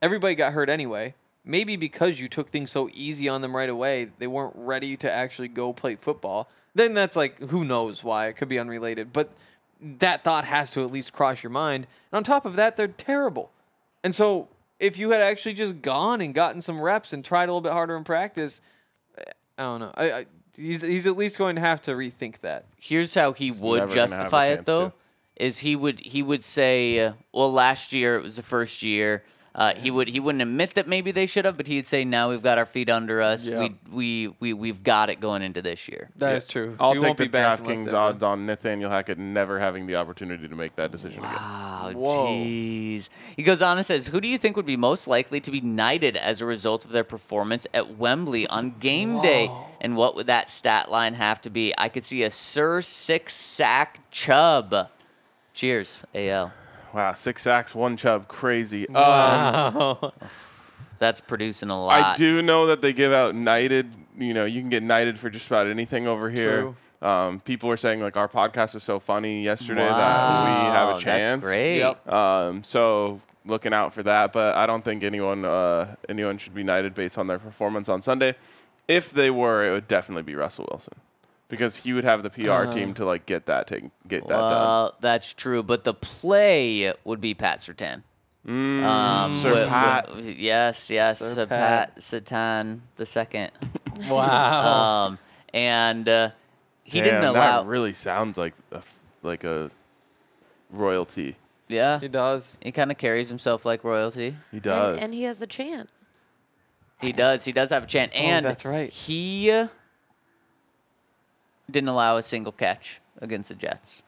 Speaker 4: everybody got hurt anyway. Maybe because you took things so easy on them right away, they weren't ready to actually go play football. Then that's like who knows why it could be unrelated, but that thought has to at least cross your mind. And on top of that, they're terrible. And so if you had actually just gone and gotten some reps and tried a little bit harder in practice, eh, I don't know. I, I he's he's at least going to have to rethink that.
Speaker 3: here's how he
Speaker 2: never
Speaker 3: would
Speaker 2: gonna have a
Speaker 3: justify
Speaker 2: chance
Speaker 3: it though
Speaker 2: to.
Speaker 3: is he would he would say uh, well last year it was the first year uh, he would he wouldn't admit that maybe they should have but he'd say now we've got our feet under us we, we we we've got it going into this year
Speaker 4: That is true.
Speaker 2: I'll
Speaker 4: He
Speaker 2: take
Speaker 4: won't
Speaker 2: the
Speaker 4: be back unless
Speaker 2: DraftKings
Speaker 4: they
Speaker 2: odds on Nathaniel Hackett never having the opportunity to make that decision again.
Speaker 3: oh
Speaker 4: Whoa.
Speaker 3: jeez he goes on and says who do you think would be most likely to be knighted as a result of their performance at Wembley on game day and what would that stat line have to be I could see a Sir Six Sack Chubb cheers AL
Speaker 2: Wow, six sacks, one chub, crazy. Um,
Speaker 3: that's producing a lot
Speaker 2: I do know that they give out knighted. You know, you can get knighted for just about anything over here. Um, people were saying like our podcast was so funny yesterday that we have
Speaker 3: Wow,
Speaker 2: a chance.
Speaker 3: Oh, That's great.
Speaker 4: Yep.
Speaker 2: Um, so looking out for that, but I don't think anyone uh, anyone should be knighted based on their performance on Sunday. If they were, it would definitely be Russell Wilson because he would have the PR
Speaker 3: Uh.
Speaker 2: team to like get that taken, get that done.
Speaker 3: Well, that's true, but the play would be Pat Sertan. um,
Speaker 2: Sir
Speaker 3: wi-
Speaker 2: Pat.
Speaker 3: wi- yes, yes,
Speaker 4: Sir
Speaker 3: Sir
Speaker 4: Pat.
Speaker 3: Pat Sertan the second,
Speaker 4: Wow.
Speaker 3: um, and uh, he didn't
Speaker 2: Damn,
Speaker 3: allow.
Speaker 2: That really sounds like a, f- like a royalty.
Speaker 3: yeah,
Speaker 4: he does.
Speaker 3: he kind of carries himself like royalty.
Speaker 2: He does.
Speaker 5: And, and he has a chant.
Speaker 3: He does. He does have a chance, and
Speaker 4: that's right.
Speaker 3: He uh, didn't allow a single catch against the Jets.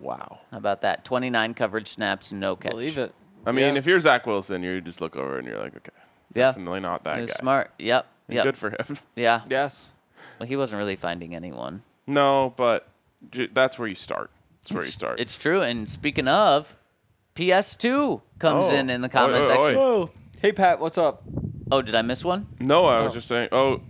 Speaker 2: wow.
Speaker 3: How about that? Twenty-nine coverage snaps, no catch.
Speaker 4: Believe it.
Speaker 2: I mean,
Speaker 4: Yeah.
Speaker 2: if you're Zach Wilson, you just look over and you're like, okay,
Speaker 3: Yeah,
Speaker 2: definitely not that guy.
Speaker 3: he was smart. Yep.
Speaker 2: And
Speaker 3: Yep.
Speaker 2: Good for him.
Speaker 3: yeah.
Speaker 4: Yes.
Speaker 3: Well, he wasn't really finding anyone.
Speaker 2: no, but j- that's where you start. That's where you start.
Speaker 3: It's true. And speaking of, PS2 comes
Speaker 2: Oh.
Speaker 3: in in the comment
Speaker 2: Oi, oi, oi.
Speaker 3: section.
Speaker 4: Whoa. Hey Pat, what's up?
Speaker 3: Oh, did I miss one?
Speaker 2: no, I was just saying. Oh,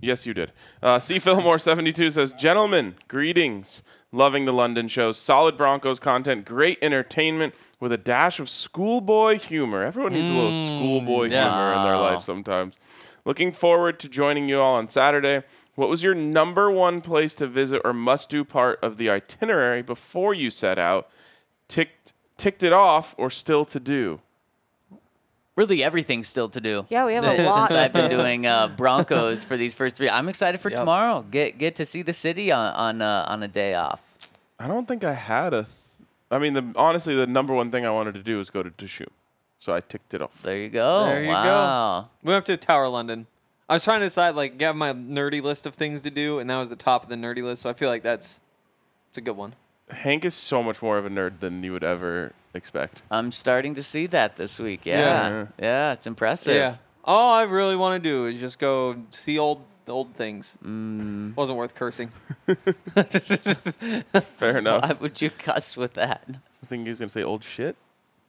Speaker 2: yes, you did. Uh, C. Fillmore seventy two says, "Gentlemen, greetings. Loving the London shows. Solid Broncos content. Great entertainment with a dash of schoolboy humor. Everyone needs a little schoolboy humor in their life sometimes. Looking forward to joining you all on Saturday." What was your number one place to visit or must do part of the itinerary before you set out? Ticked, ticked it off or still to do?
Speaker 3: Really, everything's still to do.
Speaker 5: Yeah, we have a
Speaker 3: Since-
Speaker 5: lot
Speaker 3: Since I've
Speaker 5: to
Speaker 3: been doing uh, Broncos for these first three, I'm excited for tomorrow. Get get to see the city on on, uh, on a day off.
Speaker 2: I don't think I had a. Th- I mean, the, honestly, the number one thing I wanted to do was go to Tashum, so I ticked it off.
Speaker 3: There you go.
Speaker 4: There you go.
Speaker 3: Oh, wow.
Speaker 4: We went up to Tower London. I was trying to decide like have my nerdy list of things to do, and that was the top of the nerdy list. So I feel like that's it's a good one.
Speaker 2: Hank is so much more of a nerd than you would ever expect.
Speaker 3: I'm starting to see that this week. Yeah.
Speaker 4: Yeah.
Speaker 3: Yeah, it's impressive.
Speaker 4: Yeah. All I really want to do is just go see old old things.
Speaker 3: Mm.
Speaker 4: Wasn't worth cursing.
Speaker 2: Fair enough.
Speaker 3: Why would you cuss with that?
Speaker 2: I think he was gonna say old shit.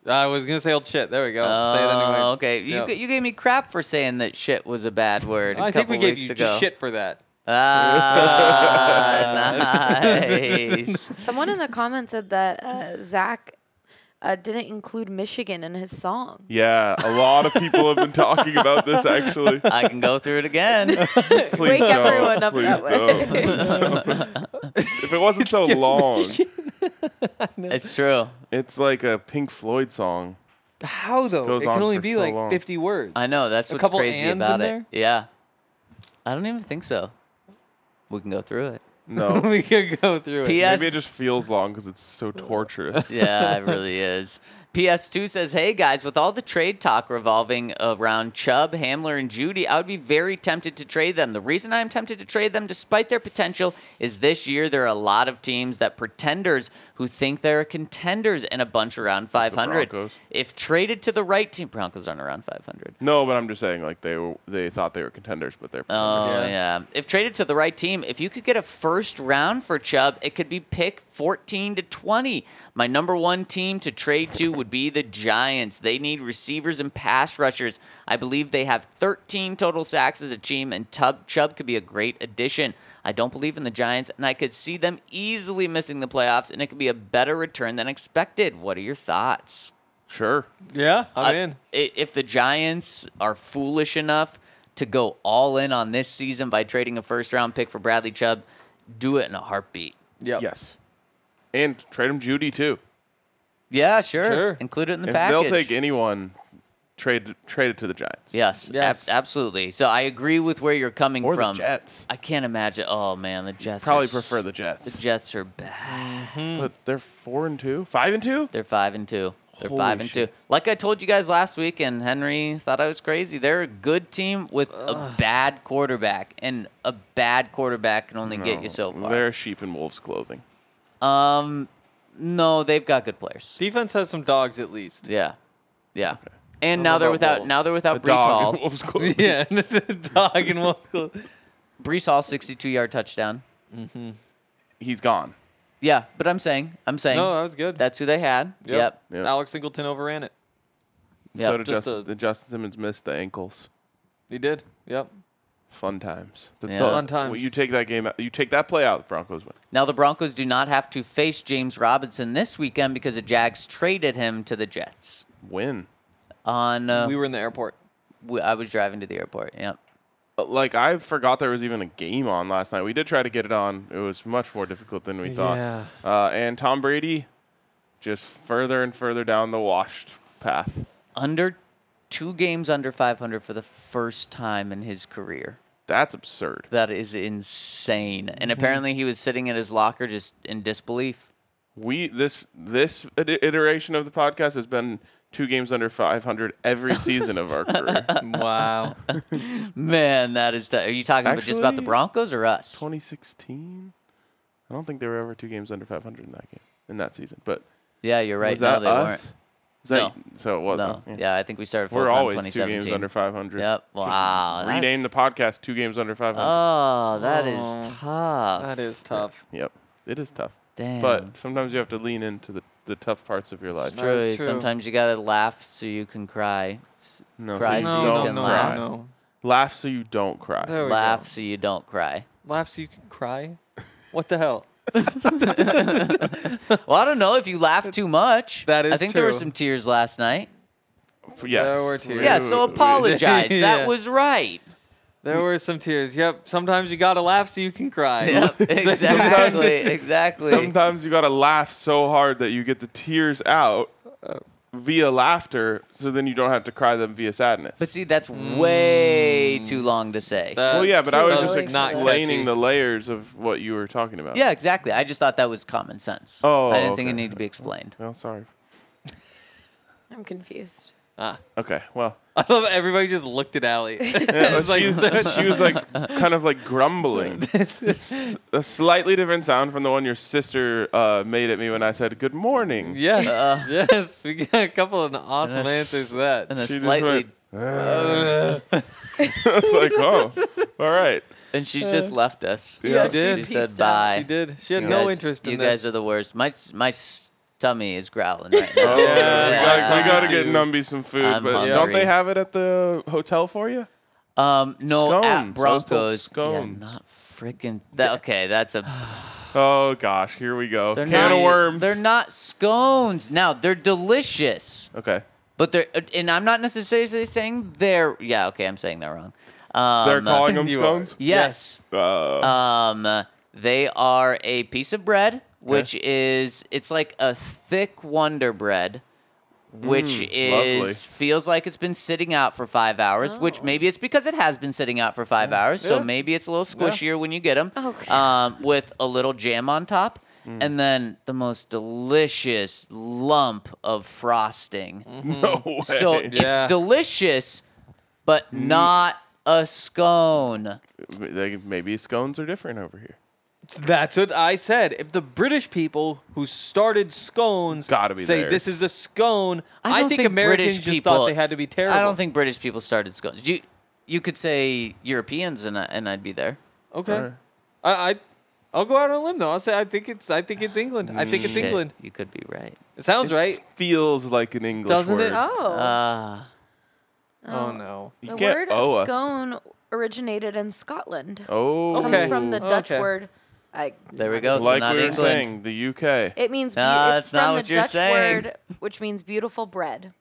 Speaker 4: I was gonna say old shit. There we go. say it anyway.
Speaker 3: Oh, okay. You,
Speaker 4: Yep.
Speaker 3: g- you gave me crap for saying that shit was a bad word. I
Speaker 4: I think we gave you
Speaker 3: ago.
Speaker 4: shit for that.
Speaker 3: Ah, nice.
Speaker 5: Someone in the comments said that uh, Zach uh, didn't include Michigan in his song.
Speaker 2: Yeah, a lot of people have been talking about this actually.
Speaker 3: I can go through it again.
Speaker 2: Please
Speaker 5: Wake
Speaker 2: don't.
Speaker 5: everyone up
Speaker 2: Please
Speaker 5: that
Speaker 2: don't.
Speaker 5: way.
Speaker 2: if it wasn't so long,
Speaker 3: It's true.
Speaker 2: it's like a Pink Floyd song.
Speaker 4: How though?
Speaker 2: goes
Speaker 4: it can
Speaker 2: on
Speaker 4: only
Speaker 2: for
Speaker 4: be
Speaker 2: so
Speaker 4: like
Speaker 2: long.
Speaker 4: 50 words.
Speaker 3: I know that's
Speaker 4: a
Speaker 3: what's
Speaker 4: couple
Speaker 3: crazy
Speaker 4: ands
Speaker 3: about
Speaker 4: in
Speaker 3: it.
Speaker 4: there.
Speaker 3: Yeah. I don't even think so. We can go through it.
Speaker 2: No,
Speaker 4: we could go through it.
Speaker 3: P.S.
Speaker 2: maybe it just feels long because it's so torturous.
Speaker 3: yeah, it really is. PS2 says, "Hey guys, with all the trade talk revolving around Chubb, Hamler, and Judy, I would be very tempted to trade them. The reason I'm tempted to trade them, despite their potential, is this year there are a lot of teams that pretenders who think they're contenders and a bunch around 500.
Speaker 2: Broncos.
Speaker 3: If traded to the right team, Broncos aren't around 500.
Speaker 2: No, but I'm just saying like they were, they thought they were contenders, but they're
Speaker 3: Oh yeah. If traded to the right team, if you could get a first round for Chubb, it could be pick 14 to 20. My number one team to trade to would be the Giants. They need receivers and pass rushers. I believe they have 13 total sacks as a team, and Tub- Chubb could be a great addition. I don't believe in the Giants, and I could see them easily missing the playoffs, and it could be a better return than expected. What are your thoughts?
Speaker 2: sure.
Speaker 4: Yeah, I'm
Speaker 3: I-
Speaker 4: in.
Speaker 3: i- If the Giants are foolish enough to go all in on this season by trading a first round pick for Bradley Chubb, do it in a heartbeat.
Speaker 4: Yep.
Speaker 2: Yes. and trade him Judy too.
Speaker 3: Yeah, sure.
Speaker 4: Sure.
Speaker 3: Include it in the
Speaker 2: If
Speaker 3: package.
Speaker 2: they'll take anyone, trade trade it to the Giants.
Speaker 3: Yes, ab-
Speaker 4: Yes.
Speaker 3: absolutely. So I agree with where you're coming
Speaker 2: Or the
Speaker 3: from.
Speaker 2: Jets.
Speaker 3: I can't imagine. Oh man, the Jets.
Speaker 2: Probably
Speaker 3: are
Speaker 2: prefer
Speaker 3: s-
Speaker 2: the Jets,
Speaker 3: The Jets are bad.
Speaker 2: but they're four and two, five and two.
Speaker 3: They're five and two. They're
Speaker 2: Holy
Speaker 3: five and
Speaker 2: shit.
Speaker 3: two. Like I told you guys last week, and Henry thought I was crazy. They're a good team with a bad quarterback, and a bad quarterback can only get you so far.
Speaker 2: Oh, They're sheep in wolves' clothing.
Speaker 3: Um, no, they've got good players.
Speaker 4: Defense has some dogs at least.
Speaker 3: Yeah, yeah. And now
Speaker 4: Those
Speaker 3: they're
Speaker 4: are
Speaker 3: without.
Speaker 4: wolves.
Speaker 3: Now they're
Speaker 2: A
Speaker 3: without Brees
Speaker 2: dog in
Speaker 3: Hall.
Speaker 2: wolves' clothing.
Speaker 4: Yeah, the dog and wolf. clo-
Speaker 3: Brees Hall, sixty-two yard touchdown.
Speaker 2: He's gone.
Speaker 3: Yeah, but I'm saying, I'm saying
Speaker 4: No, that was good.
Speaker 3: that's who they had. yep.
Speaker 2: Yep.
Speaker 4: Alex Singleton overran it.
Speaker 3: Yeah,
Speaker 2: so did
Speaker 4: just
Speaker 2: Justin,
Speaker 4: a-
Speaker 2: did Justin Simmons miss the ankles.
Speaker 4: He did. Yep.
Speaker 2: Fun times. That's
Speaker 3: Yeah.
Speaker 2: the-
Speaker 4: Fun times.
Speaker 2: Well, you take that game out. You take that play out. The Broncos win.
Speaker 3: Now the Broncos do not have to face James Robinson this weekend because the Jags traded him to the Jets.
Speaker 2: Win.
Speaker 3: On uh,
Speaker 4: We were in the airport.
Speaker 3: we- I was driving to the airport. Yep.
Speaker 2: Uh, Like I forgot there was even a game on last night. We did try to get it on. It was much more difficult than we thought.
Speaker 4: Yeah.
Speaker 2: Uh, and Tom Brady, just further and further down the washed path.
Speaker 3: Under two games under 500 for the first time in his career.
Speaker 2: That's absurd.
Speaker 3: That is insane.
Speaker 2: Mm-hmm.
Speaker 3: And apparently he was sitting in his locker just in disbelief.
Speaker 2: We this this ite- iteration of the podcast has been two games under 500 every season of our career.
Speaker 4: Wow.
Speaker 3: Man, that is. Are you talking about just about the
Speaker 2: Actually-
Speaker 3: Broncos or us?
Speaker 2: 2016. I don't think there were ever two games under 500 in that game in that season. But
Speaker 3: Yeah, you're right.
Speaker 2: was that
Speaker 3: no, they
Speaker 2: us? Was that
Speaker 3: No.
Speaker 2: so? It was
Speaker 3: weren't. No. Yeah, I think we started full
Speaker 2: We're
Speaker 3: time
Speaker 2: always two
Speaker 3: 2017.
Speaker 2: games under 500.
Speaker 3: Yep. Wow.
Speaker 2: Rename the
Speaker 3: that's-
Speaker 2: podcast two games under 500.
Speaker 3: Oh, that is
Speaker 4: Oh.
Speaker 3: tough.
Speaker 4: That is tough.
Speaker 2: yep.
Speaker 3: Oh,
Speaker 2: It is tough.
Speaker 3: Damn.
Speaker 2: But sometimes you have to lean into the, the tough parts of your life.
Speaker 4: That is
Speaker 3: True.
Speaker 4: true.
Speaker 3: Sometimes you gotta laugh so you can cry. S-
Speaker 2: No, so
Speaker 3: Cry
Speaker 2: you
Speaker 3: so you
Speaker 2: don't
Speaker 3: can
Speaker 4: no,
Speaker 2: cry.
Speaker 3: laugh.
Speaker 4: no.
Speaker 2: Laugh so you don't cry.
Speaker 4: There we go.
Speaker 3: laugh so you don't cry.
Speaker 4: Laugh so you can cry. What the hell?
Speaker 3: Well, I don't know if you laugh too much.
Speaker 4: That
Speaker 3: I
Speaker 4: is
Speaker 3: think there were
Speaker 4: true.
Speaker 3: some tears last night.
Speaker 2: Yes.
Speaker 4: There were tears.
Speaker 3: Yeah. So
Speaker 2: We- we-
Speaker 3: apologize.
Speaker 4: Yeah.
Speaker 3: That was right.
Speaker 4: There were some tears. Yep. Sometimes you gotta laugh so you can cry.
Speaker 3: Yep, exactly. exactly.
Speaker 2: Sometimes you gotta laugh so hard that you get the tears out via laughter, so then you don't have to cry them via sadness.
Speaker 3: But see, that's way
Speaker 4: Mm.
Speaker 3: too long to say.
Speaker 2: well, yeah, but I was just
Speaker 4: That's not catchy.
Speaker 2: explaining the layers of what you were talking about.
Speaker 3: yeah, exactly. I just thought that was common sense.
Speaker 2: Oh,
Speaker 3: I didn't think it
Speaker 2: okay.
Speaker 3: needed to be explained.
Speaker 2: Well, sorry.
Speaker 5: I'm confused.
Speaker 2: Okay. Well,
Speaker 4: I love everybody just looked at Allie.
Speaker 2: she, was, she was like kind of like grumbling. S- a slightly different sound from the one your sister uh, made at me when I said good morning.
Speaker 4: yes. yes. We got a couple of awesome
Speaker 3: Uh-uh. And a s-
Speaker 4: answers to that.
Speaker 3: And a
Speaker 2: just
Speaker 3: slightly,
Speaker 2: went, It's like, oh, all right.
Speaker 3: and she just left us.
Speaker 4: Uh, Yeah, she
Speaker 3: she
Speaker 4: did.
Speaker 3: just said
Speaker 5: Peace
Speaker 3: bye.
Speaker 5: out.
Speaker 4: she did. She had
Speaker 3: You
Speaker 4: no
Speaker 3: guys-
Speaker 4: interest in
Speaker 3: You
Speaker 4: this.
Speaker 3: guys are the worst. My s- my s- tummy is growling right now.
Speaker 2: Oh, we, gotta,
Speaker 3: Yeah.
Speaker 2: we gotta get Numby some food,
Speaker 3: I'm
Speaker 2: but don't
Speaker 3: hungry.
Speaker 2: they have it at the hotel for you?
Speaker 3: Um,
Speaker 2: Scones. I
Speaker 3: no, at
Speaker 2: was told
Speaker 3: Broncos. Yeah,
Speaker 2: scones.
Speaker 3: not freaking. That, okay, that's a
Speaker 2: Oh gosh, here we go.
Speaker 3: they're
Speaker 2: Can
Speaker 3: not,
Speaker 2: of worms.
Speaker 3: They're not scones. Now they're delicious,
Speaker 2: Okay.
Speaker 3: but they're and I'm not necessarily saying they're. Yeah, okay, I'm saying that wrong. Um,
Speaker 2: They're calling them
Speaker 4: you are.
Speaker 2: scones.
Speaker 3: Yes.
Speaker 2: Uh,
Speaker 3: Um, they are a piece of bread, which is it's like a thick Wonder Bread, which
Speaker 4: Mm,
Speaker 3: is
Speaker 2: lovely.
Speaker 3: feels like it's been sitting out for five hours. Which maybe it's because it has been sitting out for five hours, so
Speaker 4: Mm. Yeah.
Speaker 3: maybe it's a little squishier when you get them.
Speaker 5: Oh,
Speaker 3: um, with a little jam on top.
Speaker 4: Mm.
Speaker 3: And then the most delicious lump of frosting.
Speaker 2: no way.
Speaker 3: Um, So
Speaker 4: Yeah. Mm.
Speaker 3: it's delicious, but not a scone.
Speaker 2: They- Maybe scones are different over here.
Speaker 4: That's what I said. If the British people who started scones
Speaker 2: Gotta be
Speaker 4: say
Speaker 2: theirs.
Speaker 4: this is a scone, I,
Speaker 3: don't
Speaker 4: think,
Speaker 3: think
Speaker 4: Americans
Speaker 3: British
Speaker 4: just
Speaker 3: people-
Speaker 4: thought they had to be terrible.
Speaker 3: I don't think British people started scones. You you could say Europeans and I, and I'd be there.
Speaker 4: Okay.
Speaker 2: Alright.
Speaker 4: I, I I'll go out on a limb though. I'll say I think it's I think it's England. I think it's
Speaker 3: Shit,
Speaker 4: England.
Speaker 3: You could be right.
Speaker 4: It sounds right.
Speaker 2: It feels like an English
Speaker 4: Doesn't it?
Speaker 2: word.
Speaker 5: Oh.
Speaker 2: Uh,
Speaker 3: Ah,
Speaker 4: Oh no.
Speaker 2: You
Speaker 5: the
Speaker 2: can't
Speaker 5: word
Speaker 2: owe us.
Speaker 5: scone originated in Scotland.
Speaker 2: Oh,
Speaker 4: Okay.
Speaker 5: Comes from the Dutch
Speaker 4: Okay.
Speaker 5: word. I,
Speaker 3: there we go. so
Speaker 2: like
Speaker 3: not
Speaker 2: we were saying,
Speaker 3: England.
Speaker 2: the UK.
Speaker 5: It means
Speaker 3: No,
Speaker 5: beau-
Speaker 3: that's
Speaker 5: it's
Speaker 3: not
Speaker 5: from
Speaker 3: what
Speaker 5: the
Speaker 3: you're
Speaker 5: Dutch
Speaker 3: saying.
Speaker 5: word, which means beautiful bread.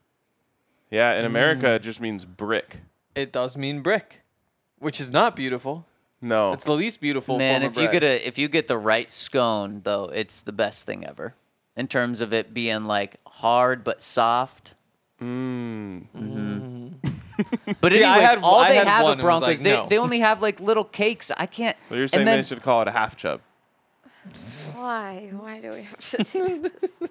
Speaker 2: yeah, in America, it just means brick.
Speaker 4: It does mean brick, which is not beautiful.
Speaker 2: No.
Speaker 4: It's the least beautiful.
Speaker 3: Man,
Speaker 4: form
Speaker 3: if
Speaker 4: of
Speaker 3: you
Speaker 4: bread.
Speaker 3: get a if you get the right scone though, it's the best thing ever. In terms of it being like hard but soft. Mm. But
Speaker 4: I
Speaker 3: anyways,
Speaker 4: had-
Speaker 3: all
Speaker 4: I
Speaker 3: they
Speaker 4: had
Speaker 3: have
Speaker 4: one and
Speaker 3: at
Speaker 4: was
Speaker 3: Broncos,
Speaker 4: like,
Speaker 3: they,
Speaker 4: no.
Speaker 3: they only have like little cakes. I can't.
Speaker 2: so you're saying
Speaker 3: and then,
Speaker 2: they should call it a half chub.
Speaker 5: Why? Why do we have to do this?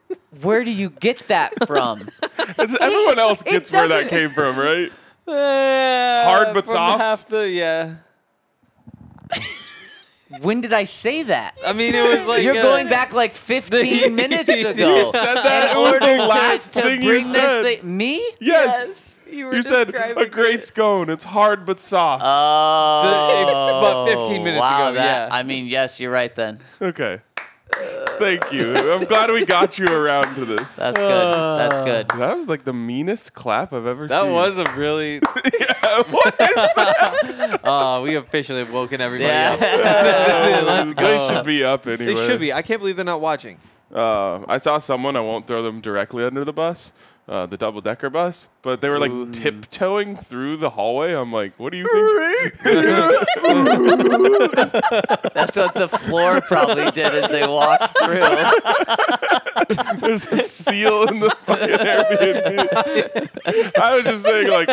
Speaker 3: where do you get that from?
Speaker 2: It's- everyone else
Speaker 5: it
Speaker 2: gets where that
Speaker 5: doesn't-
Speaker 2: came from, right?
Speaker 4: Uh,
Speaker 2: Hard but
Speaker 4: from
Speaker 2: soft?
Speaker 4: Half the, yeah.
Speaker 3: when did I say that?
Speaker 4: I mean, it was like
Speaker 3: You're
Speaker 4: uh,
Speaker 3: going back like 15 minutes ago.
Speaker 2: You said that.
Speaker 3: In
Speaker 2: It was
Speaker 3: order
Speaker 2: the last
Speaker 3: to,
Speaker 2: thing
Speaker 3: to bring
Speaker 2: you said.
Speaker 3: This thing, me?
Speaker 2: Yes.
Speaker 5: You were
Speaker 2: You said a
Speaker 5: describing
Speaker 2: great
Speaker 5: it.
Speaker 2: scone. It's hard but soft.
Speaker 3: Oh,
Speaker 4: The- it- but 15 minutes
Speaker 3: wow,
Speaker 4: ago,
Speaker 3: that-
Speaker 4: yeah.
Speaker 3: I mean, yes, you're right. Then
Speaker 2: okay. Thank you. I'm glad we got you around to this. Uh,
Speaker 3: that's good. That's good.
Speaker 2: that was like the meanest clap I've ever
Speaker 4: That
Speaker 2: seen.
Speaker 4: was a really. Oh, we officially have woken everybody up.
Speaker 3: Yeah.
Speaker 4: Let's
Speaker 2: They
Speaker 4: go.
Speaker 2: should be up anyway.
Speaker 4: They should be. I can't believe they're not watching.
Speaker 2: Uh, I saw someone. I won't throw them directly under the bus, uh, the double decker bus, but they were like tiptoeing through the hallway. I'm like, what do you think?
Speaker 3: That's what the floor probably did as they walked through.
Speaker 2: There's a seal in the fucking Airbnb. I was just saying, like,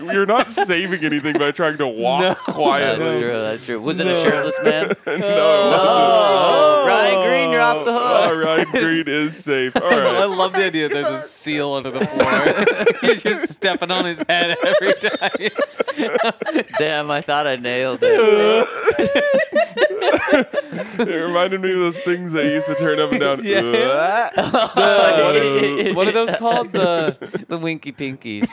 Speaker 2: you're not saving anything by trying to walk quietly.
Speaker 3: That's true. That's true. Was it a shirtless man?
Speaker 2: No, it wasn't.
Speaker 3: Oh, Ryan Green, you're off the hook.
Speaker 2: All right, Green is safe. All
Speaker 4: I
Speaker 2: right.
Speaker 4: love the idea. There's a seal under the floor. He's just stepping on his head every time.
Speaker 3: Damn, I thought I nailed it.
Speaker 2: It reminded me of those things that used to turn up and down.
Speaker 4: Yeah. What are those called? The
Speaker 3: the Winky Pinkies.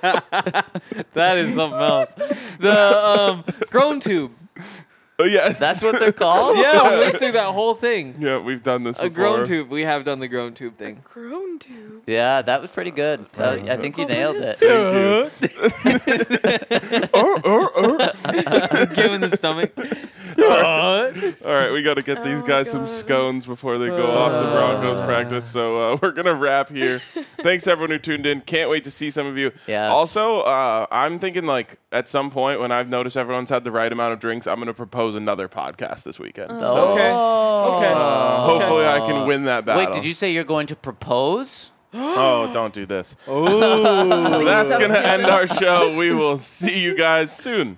Speaker 4: that is something else. The um, grown tube.
Speaker 2: Oh, yes.
Speaker 3: That's what they're called.
Speaker 4: Yeah, we went through that whole thing.
Speaker 2: yeah, we've done this
Speaker 4: A
Speaker 2: before.
Speaker 4: grown tube. We have done the grown tube thing.
Speaker 5: Grown to.
Speaker 3: Yeah, that was pretty good. That- I think you nailed it.
Speaker 4: Uh-huh.
Speaker 2: Thank you.
Speaker 4: Give in the stomach.
Speaker 2: All right, we got to get these
Speaker 5: Oh my
Speaker 2: guys some
Speaker 5: God.
Speaker 2: scones before they go off to Broncos practice. So uh, we're gonna wrap here. Thanks everyone who tuned in. Can't wait to see some of you.
Speaker 3: Yes.
Speaker 2: Also, uh, I'm thinking like at some point when I've noticed everyone's had the right amount of drinks, I'm gonna propose another podcast this weekend. So
Speaker 3: Oh.
Speaker 4: Okay. Okay.
Speaker 2: uh, hopefully I can win that battle.
Speaker 3: Wait, did you say you're going to propose?
Speaker 2: Oh, don't do this. Oh, that's gonna end our show. We will see you guys soon.